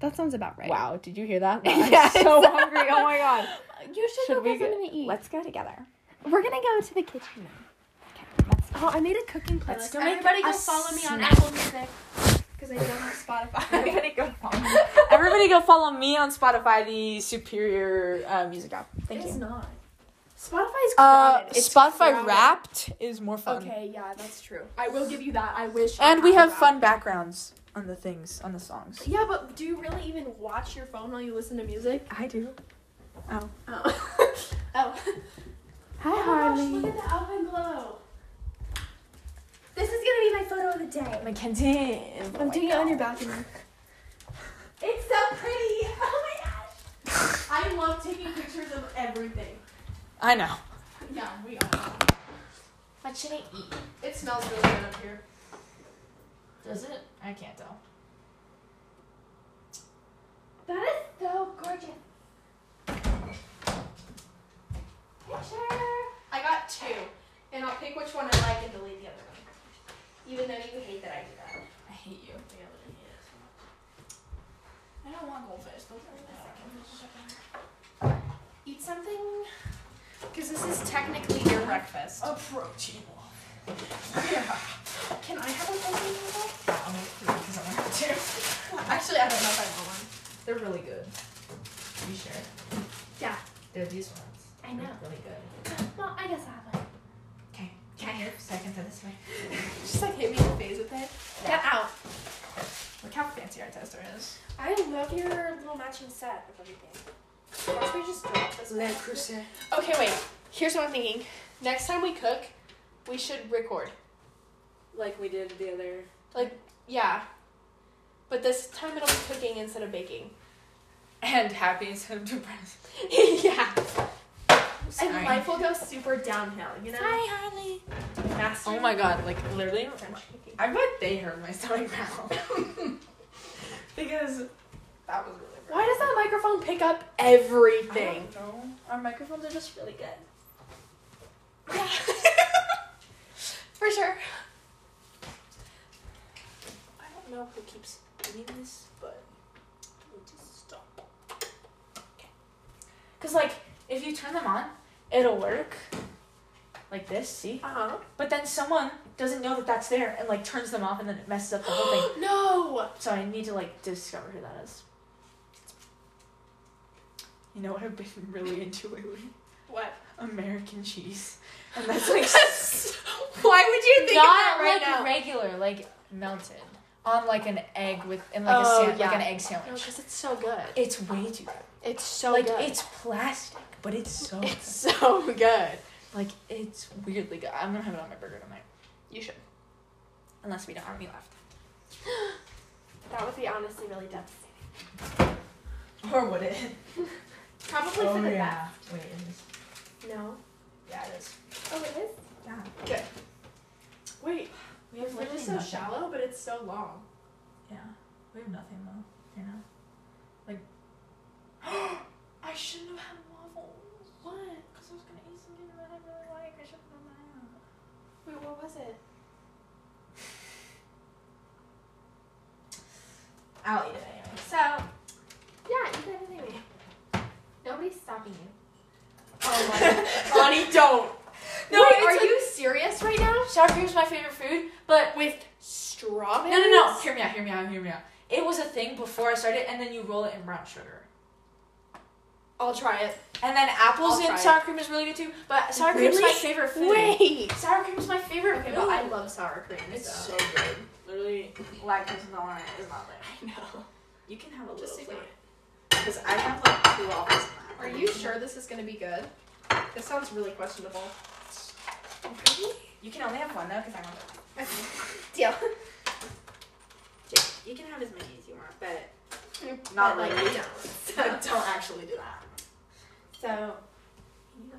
That sounds about right.
Wow, did you hear that?
Yes.
I'm so hungry. Oh my god.
You should,
Should
go
we
get
get-
something to eat.
Let's go together.
We're gonna go to the kitchen now. Oh, I made a cooking
Let's
playlist.
go make
Everybody go
a
follow me on
snack.
Apple Music because I don't have Spotify.
Everybody go follow me. Everybody go follow me on Spotify, the superior uh, music app. Thank
It's
you.
not. Spotify's
Uh,
crowded. It's
Spotify
crowded.
Wrapped is more fun.
Okay, yeah, that's true. I will give you that. I wish. I
And we
had
have
that.
fun backgrounds on the things, on the songs.
Yeah, but do you really even watch your phone while you listen to music?
I do.
Oh. oh. Hi,
Oh my gosh,
Harley.
look
at the oven glow. This is gonna be my photo of the day.
Mackenzie.
I'm doing it on your balcony. oh. It's so pretty. Oh my gosh. I love taking pictures of everything.
I know.
Yeah, we are.
What should I eat?
It smells really good up here.
Does it? I can't tell.
That is so gorgeous. Picture. I got two, and I'll pick which one I like and delete the other one. Even though you hate that I do that.
I hate you.
I literally hate it so much.
I don't want goldfish. Those are
Eat something, because this is technically your breakfast.
a protein
Can I have an open noodle?
because I want to.
Actually, I don't know if I want one.
They're really good. Are you sure?
Yeah.
They're these ones.
I know.
They're really good.
Well, I guess I have one.
Okay. Can you second to this way?
Just like hit me in the face with it. Get out.
Look how fancy our tester is.
I love your little matching set of everything. Why don't we just drop this? one? Okay, wait. Here's what I'm thinking. Next time we cook, we should record.
Like we did the other.
Yeah. But this time it'll be cooking instead of baking.
And happy instead of depressed.
yeah.
Sorry.
And life will go super downhill, you know?
Harley.
Master
Oh my god, like literally.
French cooking.
I bet they heard my stomach growl. because that was really
Why does that microphone pick up
I
everything?
don't know. Our microphones are just really good.
Yeah. For sure. I don't know who keeps doing this, but we just stop.
Cause like if you turn them on, it'll work. Like this, see?
Uh
But then someone doesn't know that that's there and like turns them off and then it messes up the whole thing.
huh. no.
So I need to like discover who that is. You know what I've been really into lately?
What?
American cheese. And that's like
Why would you think
not
of that right
like
now?
regular, like melted. On like an egg with in like
Oh,
a sand,
yeah.
like an egg
no,
sandwich.
because it's so good.
It's way too good.
It's so
like
good.
it's plastic, but it's so good.
it's so good.
Like it's weirdly good. I'm gonna have it on my burger tonight.
You should.
Unless we don't have any left.
That would be honestly really devastating.
Or would it?
Probably for the
Oh, Wait, it is.
best. No.
Yeah, it is.
Oh, it is.
Yeah.
Good. Wait,
We have
we're
literally
just so
nothing.
shallow, but it's so long.
Yeah. We have nothing though. You know? Like I shouldn't have had waffles.
What?
Because I was gonna eat something that I really like. I shouldn't have done that.
Wait, what was it?
I'll eat it anyway.
So, yeah, you got it anyway. Nobody's stopping you. Oh my
Bonnie, don't.
No,
No,
Wait,
it's
are
like-
you serious right now?
Sour cream is my favorite food, but
With strawberries?
no, no, no. Hear me out. Hear me out. Hear me out. It was a thing before I started, and then you roll it in brown sugar.
I'll try it.
And then apples
I'll try
in
it.
sour cream is really good too. But sour cream's my
Really?
favorite food.
Wait.
Sour cream's my favorite
Okay,
food.
well, I love sour cream.
it's
so.
so good. Literally, lactose intolerant is not there.
I know.
You can have a
Just ignore it.
because I have like two waffles.
Are you sure this is gonna be good? This sounds really questionable. Really?
You can only have one though, because I want.
Okay. Deal. Jake, you can have as many as you want, but
Not
but, like
really.
you don't. So,
But don't actually do that.
so you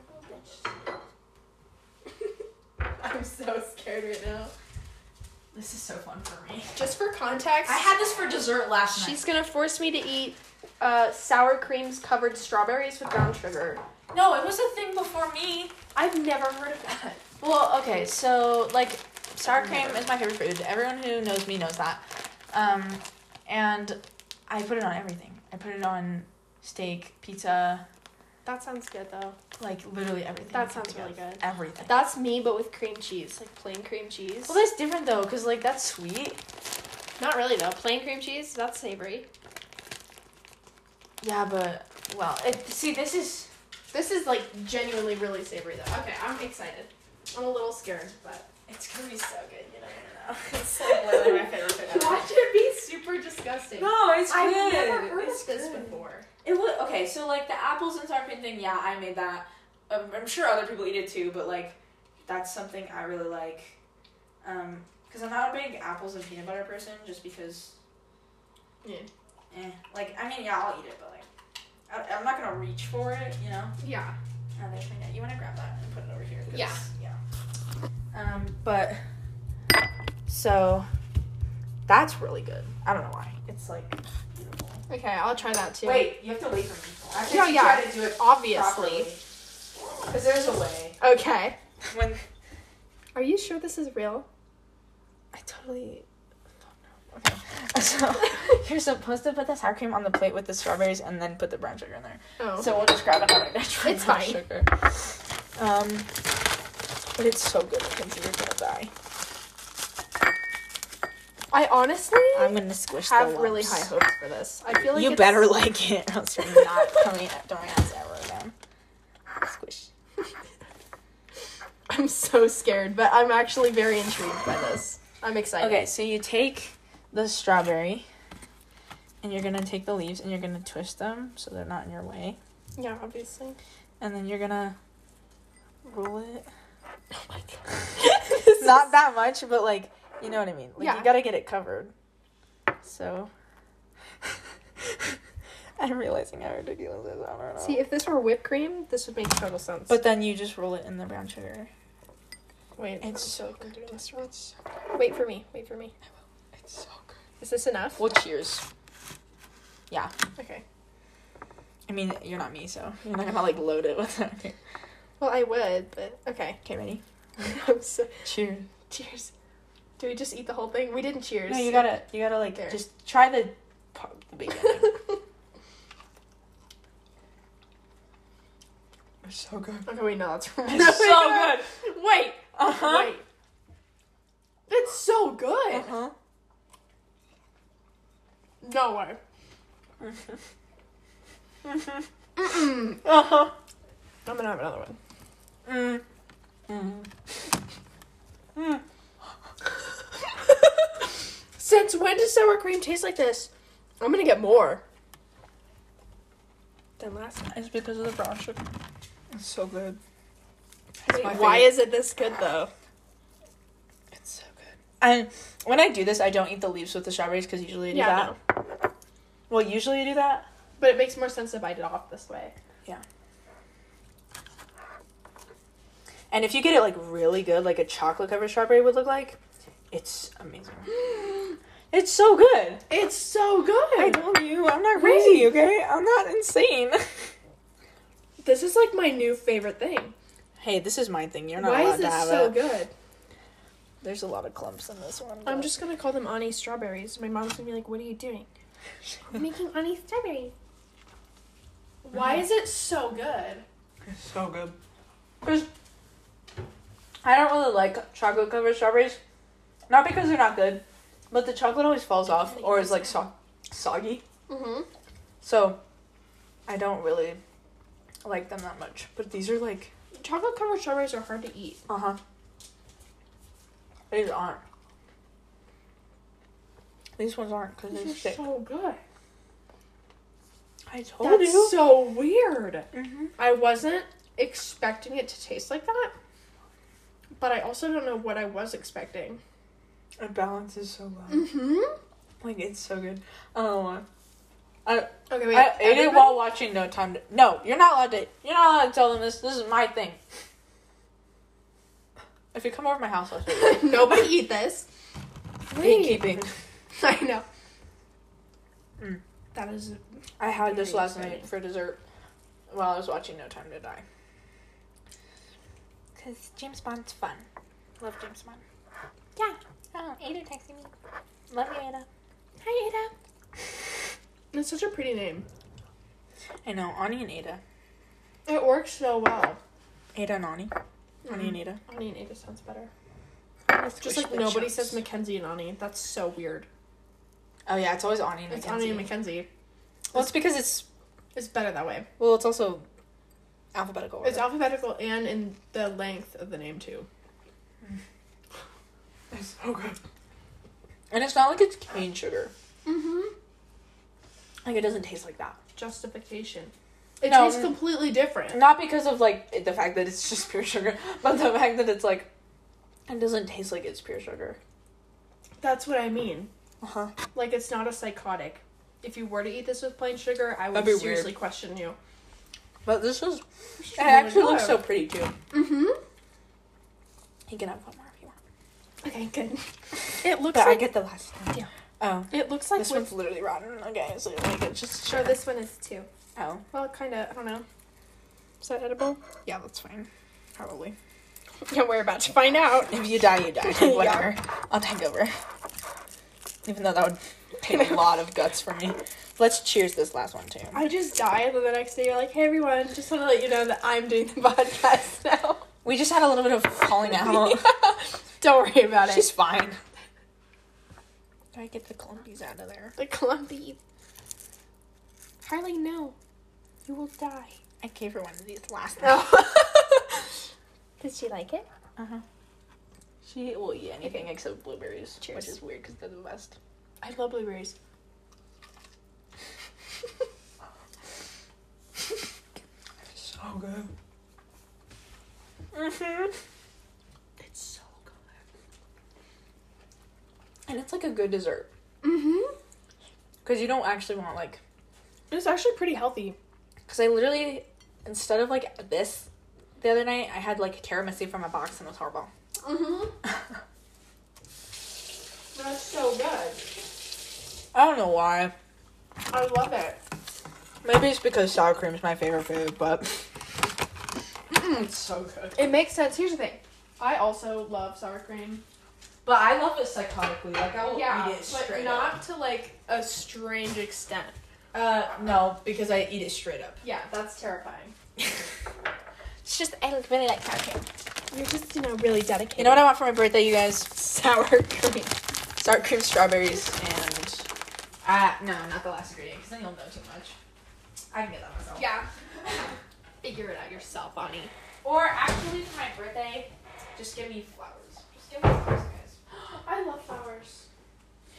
little bitch. I'm so scared right now.
This is so fun for me.
Just for context,
I had this for dessert last
she's gonna force me to eat uh, sour creams covered strawberries with brown sugar.
night. No, it was a thing before me.
I've never heard of that.
Well, okay, so like sour cream is my favorite food. Everyone who knows me knows that. Um, and I put it on everything. I put it on steak, pizza,
That sounds good though.
like literally everything.
That
put
sounds really
together.
good.
Everything.
That's me, but with cream cheese, like plain cream cheese.
well, that's different though, cause like that's sweet.
Not really though. Plain cream cheese, that's savory.
Yeah, but well, it, see, this is
This is like genuinely really savory though. Okay, I'm excited. I'm a little scared, but
It's gonna be so good, you don't know.
it's
like literally my favorite food ever.
Watch it be super disgusting.
No, it's
I've
good.
never heard
It's
of this
good.
before.
It was okay. So like the apples and sour cream thing. Yeah, I made that. Um, I'm sure other people eat it too, but like that's something I really like. Um, because I'm not a big apples and peanut butter person, just because.
Yeah.
Eh. Like I mean, yeah, I'll eat it, but like, I, I'm not gonna reach for it, you know.
Yeah.
Oh, there's my net. You want to grab that and put it over here? 'cause-
Yeah.
Yeah.
Um, but so that's really good. I don't know why.
It's like beautiful.
Okay, I'll try that too.
Wait, you have to wait for me. I
Yeah,
have
yeah.
try to do it
obviously.
Because there's a way.
Okay.
When
Are you sure this is real?
I totally don't know. Okay. So you're supposed to put the sour cream on the plate with the strawberries and then put the brown sugar in there.
Oh.
So we'll just grab another natural
It's
brown
fine.
sugar. Um but it's so good, Mackenzie, you're gonna die.
I honestly
I'm gonna squish
have
the
really
lumps.
high hopes for this. I feel like
you
it's-
better like it, or else you're not coming at Dorian's ever again.
Ah,
Squish.
I'm so scared, but I'm actually very intrigued by this. I'm excited.
Okay, so you take the strawberry and you're gonna take the leaves and you're gonna twist them so they're not in your way.
Yeah, obviously.
And then you're gonna roll it. Oh Not that much, but like you know what I mean. Like
Yeah.
you gotta get it covered. So I'm realizing how ridiculous this is. I don't know.
See, if this were whipped cream, this would make total sense.
but then you just roll it in the brown sugar.
wait,
It's
I'm
so
gonna do
good.
this wrong. Wait for me. Wait for me.
It's so good.
Is this enough?
Well, cheers. Yeah.
Okay.
I mean, you're not me, so you're not gonna like load it with that. Okay,
Well, I would, but okay.
ready?
I'm so
Cheers.
cheers. Do we just eat the whole thing? We didn't cheers.
No, you gotta, you gotta like
There.
just try the, po- the beginning. it's so good.
okay, wait, no, that's
It's so good.
Wait,
Uh huh.
wait. It's so good.
Uh huh.
No way. Mm-mm.
Uh huh.
I'm gonna have another one.
Mm. Mm. Mm.
Since when does sour cream taste like this? I'm gonna get more. Than last time.
It's because of the brown sugar. It's so good.
Wait,
my
why
favorite.
is it this good though?
It's so good. And when I do this, I don't eat the leaves with the strawberries because usually I do
Yeah,
that.
no.
Well, usually I do that.
But it makes more sense to bite it off this way.
And if you get it like really good, like a chocolate covered strawberry would look like, it's amazing. it's so good.
It's so good.
I told you, I'm not crazy, okay? I'm not insane.
this is like my new favorite thing.
hey, this is my thing. You're not
Why
allowed
is
to
it
have
so
it.
good?
There's a lot of clumps in this one.
I'm
but-
just gonna call them Ani strawberries. My mom's gonna be like, "What are you doing?" I'm making Ani strawberries. Why is it so good?
It's so good. Cause I don't really like chocolate covered strawberries, not because they're not good, but the chocolate always falls off or is like so- soggy.
Mhm.
So I don't really like them that much. But these are like
Chocolate covered strawberries are hard to eat.
Uh huh. These aren't. These ones aren't because they're
These are
thick.
so good.
I told
That's
you.
so weird.
Mhm.
I wasn't expecting it to taste like that. but I also don't know what I was expecting.
It balances so well.
Mm-hmm.
Like it's so good. I don't know why. I,
Okay, wait.
I ate it
everybody-
while watching No Time to. No, you're not allowed to. You're not allowed to tell them this. This is my thing. If you come over to my house, I'll show you.
Nobody eat this. Wait.
Gatekeeping.
I know.
Mm.
That is
I had this
Very
last
exciting.
night for dessert while I was watching No Time to Die. Cause James Bond's fun. Love James Bond. Yeah. Oh, Ada texted me. Love you, Ada.
Hi Ada. It's such a pretty name.
I know Ani and Ada.
It works so well.
Ada and Ani. Ani and Ada.
Ani and Ada Mm. sounds better.
Just,
Mm-hmm. Just like nobody says Mackenzie and Ani. That's so weird.
Oh yeah, it's always Ani and
It's
Mackenzie.
Ani and Mackenzie.
Well, it's because it's
It's better that way.
well, it's also alphabetical.
It's alphabetical and in the length of the name too.
It's so good. And it's not like it's cane sugar.
Mm-hmm.
Like it doesn't taste like that.
Justification. It
No,
tastes
mm.
completely different.
Not because of like it- the fact that it's just pure sugar, but the fact that it's like it doesn't taste like it's pure sugar.
That's what I mean.
Uh huh.
Like it's not a psychotic. If you were to eat this with plain sugar, I would
That'd be weird.
seriously question you.
But this is it
really
actually looks
go.
so pretty too.
Mm-hmm.
You can have one more if you want.
Okay, good. It looks
But I
like
get the last one.
Yeah.
Oh.
it looks like
This
with,
one's literally rotten. Okay, so like it's just
sure this one is too.
Oh.
Well, kind of. I don't know.
Is that edible? Yeah, that's fine. Probably.
Yeah, we're about to find out.
If you die, you die.
Yeah.
Whatever. I'll take over. Even though that would take a lot of guts for me. Let's cheers this last one too.
I just die, and then the next day you're like, "Hey, everyone, just want to let you know that I'm doing the podcast now.
We just had a little bit of falling out.
Don't worry about
She's fine. Do I get the clumpies out of there?
it." The clumpy. Harley, no, you will die.
I gave her one of these last night.
Oh. Did she like it?
She will eat anything except blueberries,
Cheers.
which is weird because they're the best.
I love blueberries.
So good.
Mm-hmm.
Mhm.
It's so good.
And it's like a good dessert
Mhm.
because you don't actually want like
It's actually pretty healthy.
Because I literally, instead of like this the other night, I had like tiramisu from a box and it was horrible.
Mhm. That's so good.
I don't know why.
I love it.
Maybe it's because sour cream is my favorite food, but it's so good.
It makes sense. Here's the thing. I also love sour cream.
But I love it psychotically. Like I will
yeah,
eat it
but
straight
not
up.
to like a strange extent.
Uh, no, because I eat it straight up.
Yeah, that's terrifying.
It's just I really like sour cream.
You're just you know really dedicated.
You know what I want for my birthday, you guys?
Sour cream.
Sour cream, strawberries, and uh, no, not the last ingredient, because then you'll know too much. I can get that myself.
Yeah. Figure it out yourself, Bonnie.
Or actually, for my birthday, just give me flowers. Just give me flowers, guys.
I love flowers.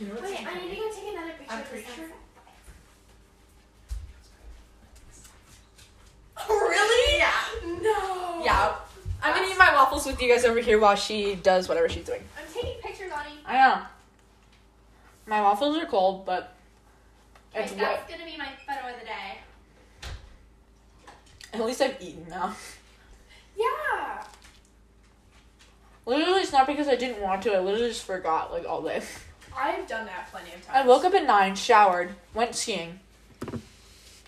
You know what's
I need to go take another picture.
I'm
of the
pretty sure-
sunset.
Really? Yeah.
No.
Yeah. I'm gonna eat my waffles with you guys over here while she does whatever she's doing.
I'm taking pictures, Ani.
I know. My waffles are cold, but it's
Like,
wet.
that's gonna be my photo of the day.
At least I've eaten now.
Yeah.
Literally, it's not because I didn't want to. I literally just forgot like all day.
I've done that plenty of times.
I woke up at nine, showered, went skiing,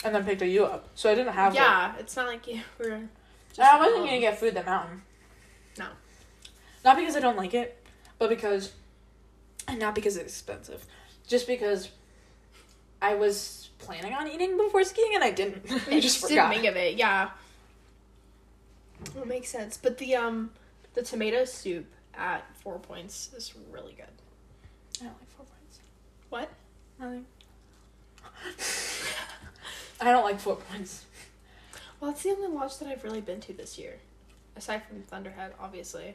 and then picked you up. So I didn't have. like-
Yeah, it's not like you were.
And I wasn't gonna get food that mountain.
No.
Not because I don't like it, but because, and not because it's expensive, just because I was planning on eating before skiing and I didn't. I
You
just
just
forgot.
didn't think of it. Yeah. It makes sense, but the um, the tomato soup at Four Points is really good.
I don't like four points.
What?
Nothing. I don't like four points.
Well, it's the only lodge that I've really been to this year, aside from Thunderhead, obviously.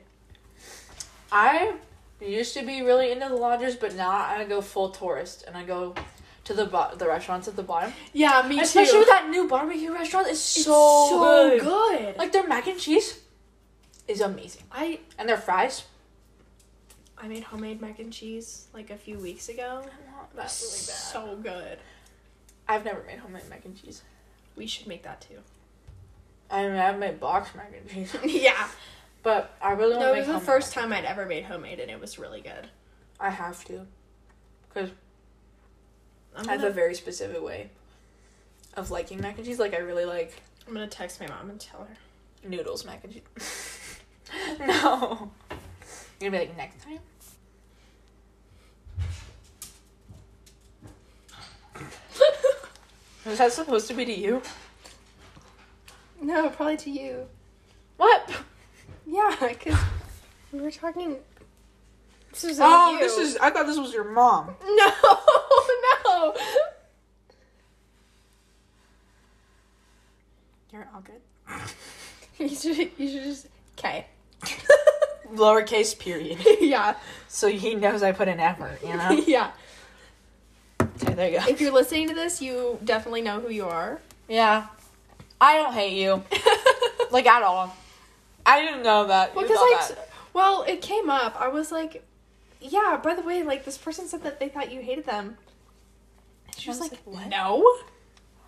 I used to be really into the lodgers, but now I go full tourist and I go to the bo- the restaurants at the bottom.
Yeah, me
Especially
too.
with that new barbecue restaurant, it's,
it's
so, good.
good.
Like their mac and cheese is amazing.
I
And their fries,
I made homemade mac and cheese like a few weeks ago.
that's really
So good.
I've never made homemade mac and cheese.
We should make that too.
I mean, I've made box mac and cheese,
yeah.
but I really want
No,
to
it
make
was the
homemade
first time I'd ever made homemade and it was really good.
mac- I have to, because
I'm
I have a
gonna,
very specific way of liking mac and cheese. Like I really like
I'm gonna text my mom and tell her.
noodles mac and cheese. no, you're gonna be like next time. Was that supposed to be to you?
No, probably to you.
What?
Yeah, because we were talking. This is
oh, this is. I thought this was your mom.
No, no.
You're all good.
You should, you should just. Okay.
Lowercase period.
yeah,
So he knows I put in effort, you know?
yeah.
okay, there you go.
If you're listening to this, you definitely know who you are.
Yeah. I don't hate you. like, at all. I didn't know that.
Well,
You
because
thought
like,
that.
s- well, it came up. I was like, yeah. By the way, like this person said that they thought you hated them. And she was, like,
what?
no.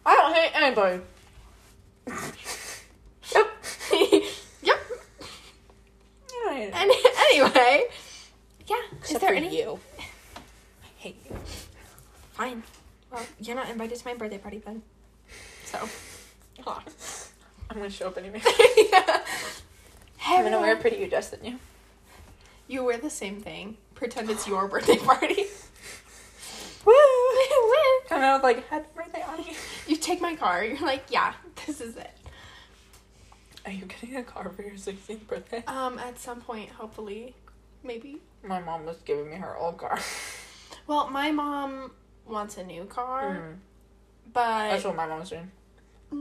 I don't hate anybody. yep.
Yep.
You don't hate
And anyway, yeah.
Except
is there
for
any?
you. I hate you.
Fine. Well, you're not invited to my birthday party then. So. Aw.
I'm gonna show up anyway.
yeah.
I'm gonna wear
everyone,
prettier dress than you.
You wear the same thing. Pretend it's your birthday party.
Woo! Come out with like happy birthday on you.
You take my car. You're like, yeah, this is it.
Are you getting a car for your 16th birthday?
Um, at some point, hopefully, maybe.
My mom was giving me her old car.
Well, my mom wants a new car, but
Mm-hmm. That's what my mom was doing.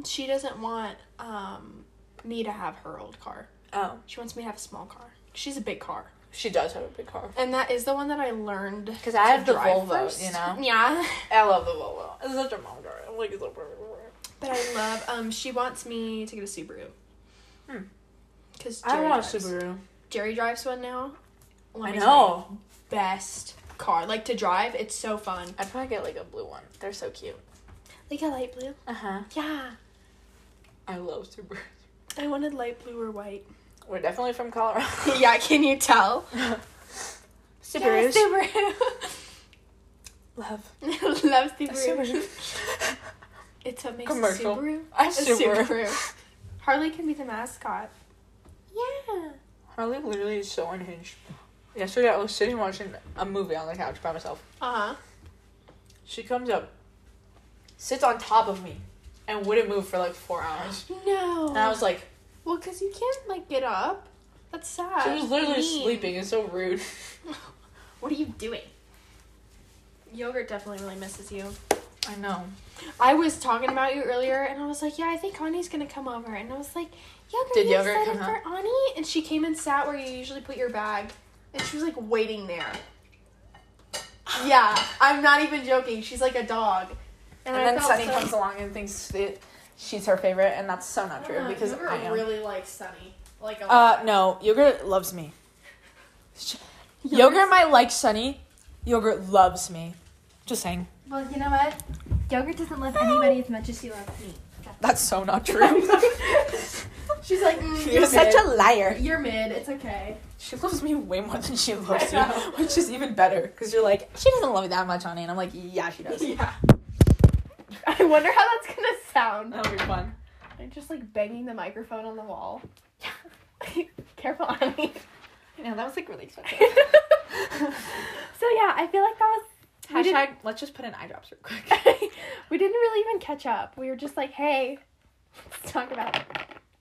she doesn't want um me to have her old car.
Oh.
She wants me to have a small car. She's a big car,
She does have a big car.
and that is the one that I learned.
Because I have the
drive
Volvo,
first.
you know?
Yeah,
I love the Volvo. It's such a mom car. I'm like, it's so perfect. for her.
but I love. Um, she wants me to get a Subaru.
Hmm.
Because
I want a
drives.
Subaru.
Jerry drives one now. Let
I
me tell you,
know.
best car. Like to drive, it's so fun.
I'd probably get like a blue one. They're so cute.
Like a light blue.
Uh huh.
Yeah,
I love Subarus.
I wanted light blue or white.
We're definitely from Colorado.
yeah, can you tell?
Subarus.
Yeah, Subaru.
Love.
Love
A
Subaru.
Subaru.
It's what makes
Commercial.
a Subaru
I
a
Subaru.
Subaru. Harley can be the mascot. Yeah.
Harley literally is so unhinged. Yesterday I was sitting watching a movie on the couch by myself.
Uh huh.
She comes up, sits on top of me, and wouldn't move for like four hours.
No.
And I was like,
well, because you can't like get up. That's sad.
she was literally
Mean.
sleeping. It's so rude.
What are you doing? Yogurt definitely really misses you.
I know.
I was talking about you earlier, and I was like, "Yeah, I think Ani's gonna come over." And I was like, "Yogurt,
Did
you
Yogurt
excited
come
for Ani?" And she came and sat where you usually put your bag, and she was like waiting there. Yeah, I'm not even joking. She's like a dog.
And, then Sunny comes along and thinks that she's her favorite, and that's so not true because
Yogurt
I am.
really likes Sunny. Like a
uh, no, yogurt loves me. Yogurt
Yogurt's-
might like Sunny. Yogurt loves me. Just saying.
Well, you know what? Yogurt doesn't love anybody as much as she loves me.
That's so not true.
She's like, mm, you're,
You're such
mid.
a liar.
You're mid. It's okay.
She loves me way more than she loves you,
I know.
which is even better because you're like, she doesn't love me that much, honey. And I'm like, yeah, she does.
Yeah. I wonder how that's gonna sound.
That'll be fun.
I'm just like banging the microphone on the wall. Yeah. Careful, Ani.
Yeah, that was like really expensive.
so yeah, I feel like that was we
Hashtag, let's just put in eye drops real quick.
didn't, we didn't really even catch up. We were just like, hey, let's talk about.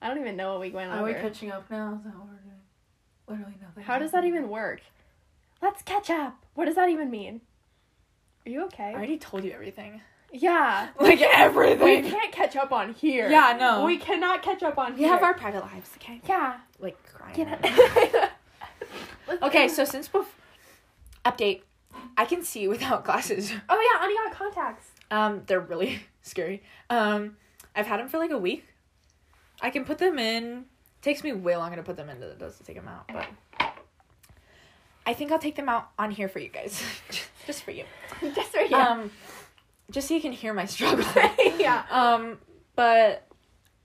I don't even know what we went over.
catching up now? Is that what we're doing? Literally nothing.
How does that even work? Let's catch up. What does that even mean? Are you okay?
I already told you everything.
yeah.
Like
We
everything.
can't catch up on here.
Yeah, no.
We cannot catch up on
We
here.
have our private lives, okay?
Yeah.
Like crying.
Get Let's-
Okay, so since bef- update, I can see without glasses.
Oh yeah, Ani got contacts.
Um, they're really scary. Um, I've had them for like a week. I can put them in takes me way longer to put them in than it does to take them out. But I think I'll take them out on here for you guys, just for you.
Just right
Um, just so you can hear my struggle.
yeah.
um, but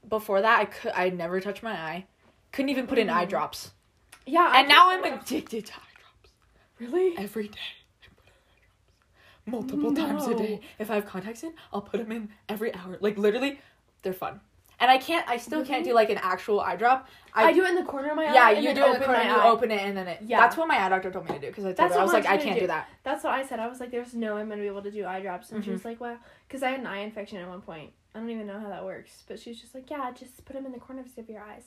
before that, I could I never touched my eye. Couldn't even put in eye drops.
Yeah. I
And now I'm addicted to eye drops
really.
every day. I put in eye drops. Multiple times a day.
No.
If I have contacts in, I'll put them in every hour. Like literally, they're fun. And I can't. I still can't do like an actual eye drop.
Mm-hmm. I, do it in the corner of my eye.
Yeah,
and
you
then
do it in
open
the corner,
my
you
eye.
open it, and then it.
Yeah.
That's what my eye doctor told me to do because I told
That's
her I
what
was like,
mine's
I
gonna
can't
do.
do that.
That's what I said. I was like, "There's no way I'm gonna be able to do eye drops,"
Mm-hmm.
and she was like, "Well," because I had an eye infection at one point. I don't even know how that works, but she was just like, "Yeah, just put them in the corners of your eyes,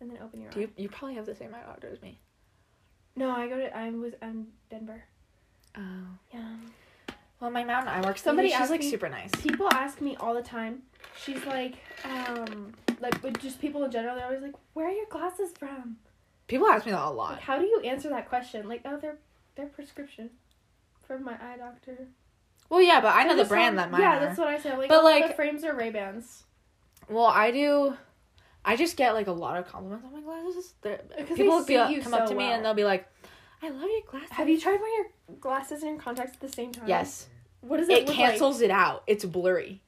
and then open your
Do
eye."
you, you probably have the same eye doctor as me.
No, I go to I was I'm Denver.
Oh.
Yeah.
Well, my mountain eye works.
Somebody
Somebody she's
asked
like
me-
super nice.
People ask me all the time. She's like, um, like but just people in general. They're always like, "Where are your glasses from?"
People ask me that a
Like,
lot.
how do you answer that question? Like, oh, they're they're prescription from my eye doctor.
Well, yeah, but I know
And
the
this
brand
one-
that mine
Yeah,
are.
that's what I said. Like,
But,
but like the
like-
frames are Ray Bans.
Well, I do. I just get like a lot of compliments on my glasses. They're-
Because
People
they
will be
suit
up,
you
come up
so
to me
well.
and they'll be like, "I love your glasses."
Have you tried wearing your glasses and your contacts at the same time?
Yes,
What does it?
it
look
cancels it out. It's blurry.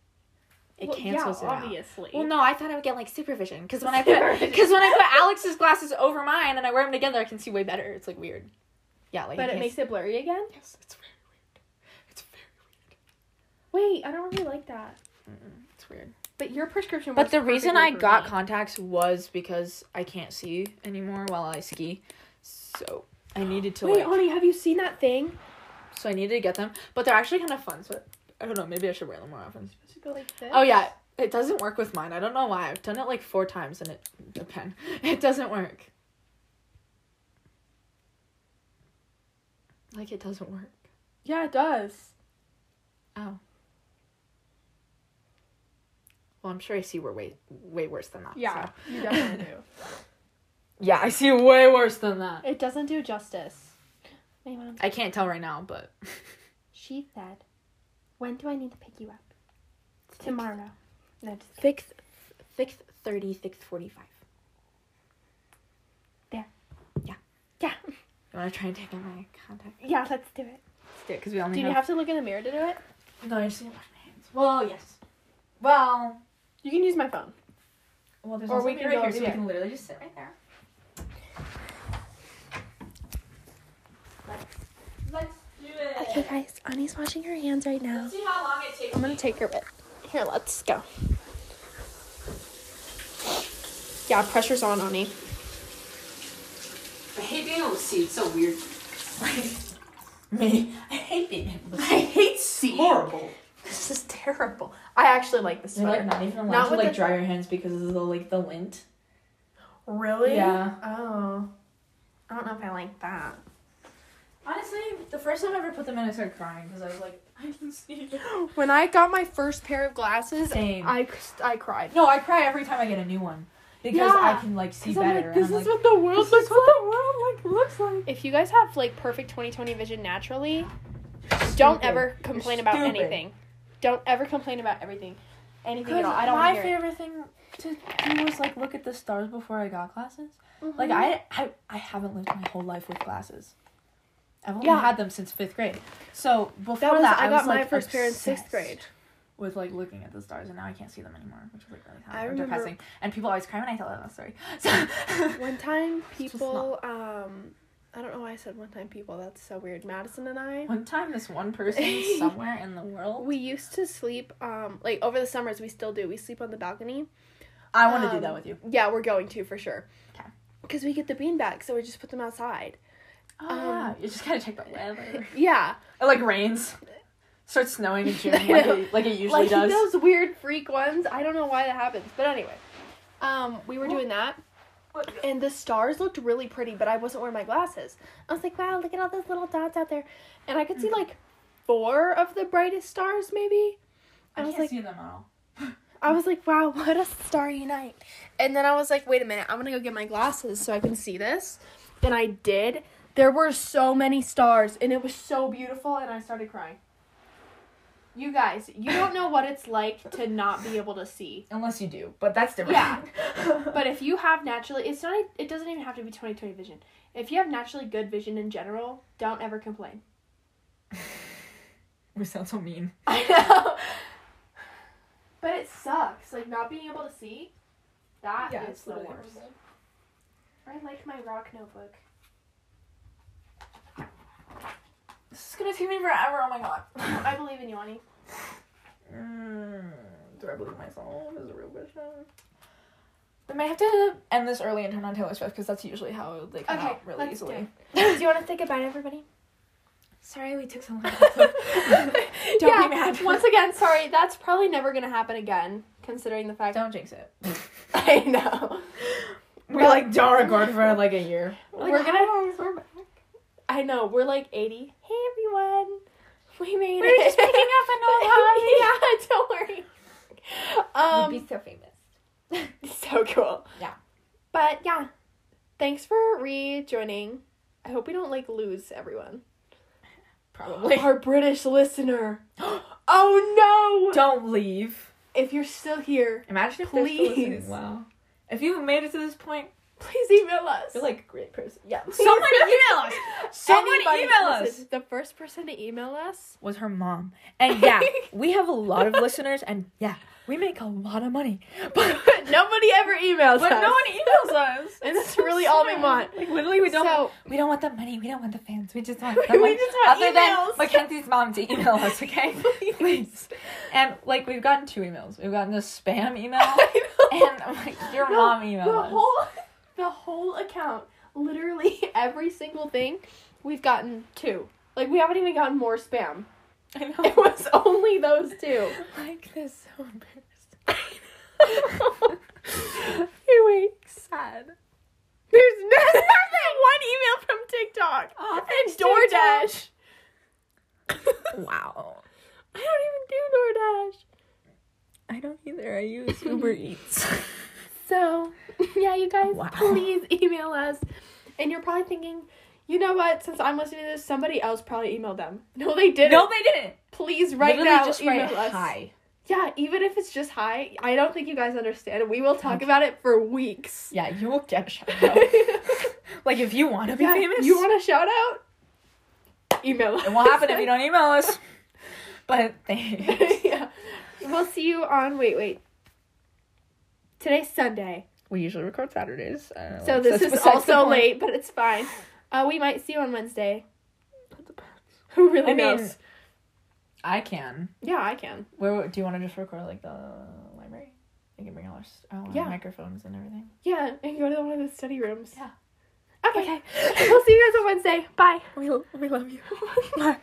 Like?
It
Well,
cancels
yeah,
it out.
obviously.
Well, no, I thought I would get like supervision because when I put
Supervision.
because when I put Alex's glasses over mine and I wear them together, I can see way better. It's like weird. Yeah, like
but
you
it
can't
makes it blurry again.
see- yes, it's very weird. It's very
Wait, I don't really like that.
weird. Mm-mm, it's weird.
But your prescription.
But
works
the reason I
perfectly for
got
me.
contacts was because I can't see anymore while I ski, so I needed to
Wait,
like
Ani, have you seen that thing?
so I needed to get them. But they're actually kind of fun. So I don't know. Maybe I should wear them more often.
Should go like this.
Oh yeah, it doesn't work with mine. I don't know why. I've done it like four times and it the pen. It doesn't work. Like it doesn't work.
Yeah, it does.
Oh. Well, I'm sure I see we're way way worse than that.
Yeah,
so.
you definitely do.
Yeah, I see way worse than that.
It doesn't do justice. My mom.
I can't tell right now, but
She said, "When do I need to pick you up? Tomorrow." No, just
six six thirty, six forty five.
There.
Yeah.
Yeah.
You want to try and take out my contact?
yeah. Let's do it.
Let's do it because we only
Do you have to look in the mirror to do it?
No, I just need to wash my hands. Well, yes. Well,
You can use my phone.
well, there's
Or we can go over there.
literally just sit right there.
Let's do it.
Okay, guys. Annie's washing her hands right now.
See how long it takes.
I'm gonna take her with. Here, let's go. Yeah, pressure's on, Ani.
I hate being able to see. It's so weird.
Me.
I hate being able to see. I hate seeing. Horrible.
This is terrible. I actually like this
You're like not even allowed
Not
to
with
like
the-
dry your hands because of the like the lint.
really?
Yeah.
Oh. I don't know if I like that.
Honestly, the first time I ever put them in, I started crying because I was like, I can see.
When I got my first pair of glasses,
Same.
I, I cried.
No, I cry every time I get a new one because
Yeah.
I can like see
Because I'm
better.
like,
and
this
I'm
is what
like,
the world looks like.
the world like looks like.
If you guys have like perfect 20/20 vision naturally, don't
Stupid.
ever complain about
stupid.
anything. Don't ever complain about everything. Anything at all. I don't
my
hear it.
favorite thing to do was like look at the stars before I got glasses. Like
Mhm.
I, I I haven't lived my whole life with glasses. I've only
Yeah.
had them since fifth grade. So before
that was I, got
was,
my
like,
first pair in sixth
obsessed
grade.
With like looking at the stars, and now I can't see them anymore, which is like really kind
I
of
remember-
depressing. And people always cry when I tell them that story. So
One time,
just
people, um, I don't know why I said one time people, that's so weird. Madison and I,
one time, this one person somewhere in the world,
we used to sleep, um, like over the summers, we still do. We sleep on the balcony.
I want to
Um,
do that with you.
Yeah, we're going to for sure.
'Kay.
Because we get the bean back, so we just put them outside.
Oh,
um,
yeah. you just gotta check the weather.
Yeah.
It like rains, starts snowing in June,
I
like it,
know.
like it usually
like
does.
those weird freak ones. I don't know why that happens. But anyway, um, we were doing that. And the stars looked really pretty, but I wasn't wearing my glasses. I was like, wow, look at all those little dots out there. And I could see like four of the brightest stars, maybe. I, was like,
see them at all.
I was like, wow, what a starry night. And then I was like, wait a minute, I'm gonna go get my glasses so I can see this. And I did. There were so many stars, and it was so beautiful, and I started crying. You guys, you don't know what it's like to not be able to see.
Unless you do, but that's different.
Yeah. But if you have naturally, it's not. It doesn't even have to be 20/20 vision. If you have naturally good vision in general, don't ever complain.
we sound so mean.
I know. But it sucks. Like not being able to see. That is
Yeah, it's
the worst.
literally
I like my rock notebook.
This is gonna take me forever. Oh my god.
I believe in you, Ani.
Mm, do I believe myself? Is a real question. They may have to end this early and turn on Taylor Swift because that's usually how they come
Okay,
out really
let's
easily.
do it.
Do you want to say goodbye to everybody?
Sorry, we took so long.
Don't
yeah,
be mad.
once again, sorry. That's probably never gonna happen again, considering the fact.
Don't jinx it.
I know.
We're like don't record for like a year.
we're gonna. I know. We're like eighty. Hey everyone, we made
We're
it.
just picking up an old
yeah, don't worry. Um,
You'd be so famous.
so cool.
Yeah.
But yeah, thanks for rejoining. I hope we don't like lose everyone.
Probably.
Our British listener. oh no!
Don't leave.
If you're still here,
Imagine if they're still
Please.
listening. Wow. If you made it to this point,
please email us.
you're like a great person.
yeah.
Someone email us. Someone
Anybody-
email us.
listen, The first person to email us.
was her mom. And yeah, we have a lot of listeners, and yeah, we make a lot of money. But,
Nobody ever emails
but
us.
no one emails us.
and that's
So
really all we
sad.
want.
Like literally, we don't.
So-
we don't want the money. We don't want the fans. We just want.
We
Someone,
just want
other
emails.
than Mackenzie's mom to email us, okay? Please. And like we've gotten two emails. We've gotten the spam email and like your
No,
mom email.
the
us.
whole the whole account literally every single thing we've gotten two like we haven't even gotten more spam
I know.
it was only those two
like this so embarrassing.
anyway
Sad.
there's no there's that one email from tiktok
Oh,
and doordash
Wow.
i don't even do doordash
I don't either. I use Uber Eats.
so yeah you guys
Wow.
please email us and you're probably thinking you know what since i'm listening to this somebody else probably emailed them no they didn't
no, they didn't.
please right
Literally
now
just
email
write
us
hi.
Yeah, even if it's just hi, I don't think you guys understand. We will talk about it for weeks.
Yeah, you will get a shout out.
yeah,
like if you want to be famous,
you want a shout out? Email us.
It won't happen if you don't email us. But thanks.
yeah. We'll see you on wait, wait. Today's Sunday.
we usually record Saturdays. I don't know,
So
like,
this
that's
is
besides the
also
point.
late, but it's fine. Uh, we might see you on Wednesday. Who really
I mean,
knows?
I can.
Yeah, I can.
Where do you want to just record like the library? You can bring all our, s- all our
Yeah.
microphones and everything.
Yeah, and go to one of the study rooms.
Yeah.
Okay. we'll see you guys on Wednesday. Bye.
We we love you.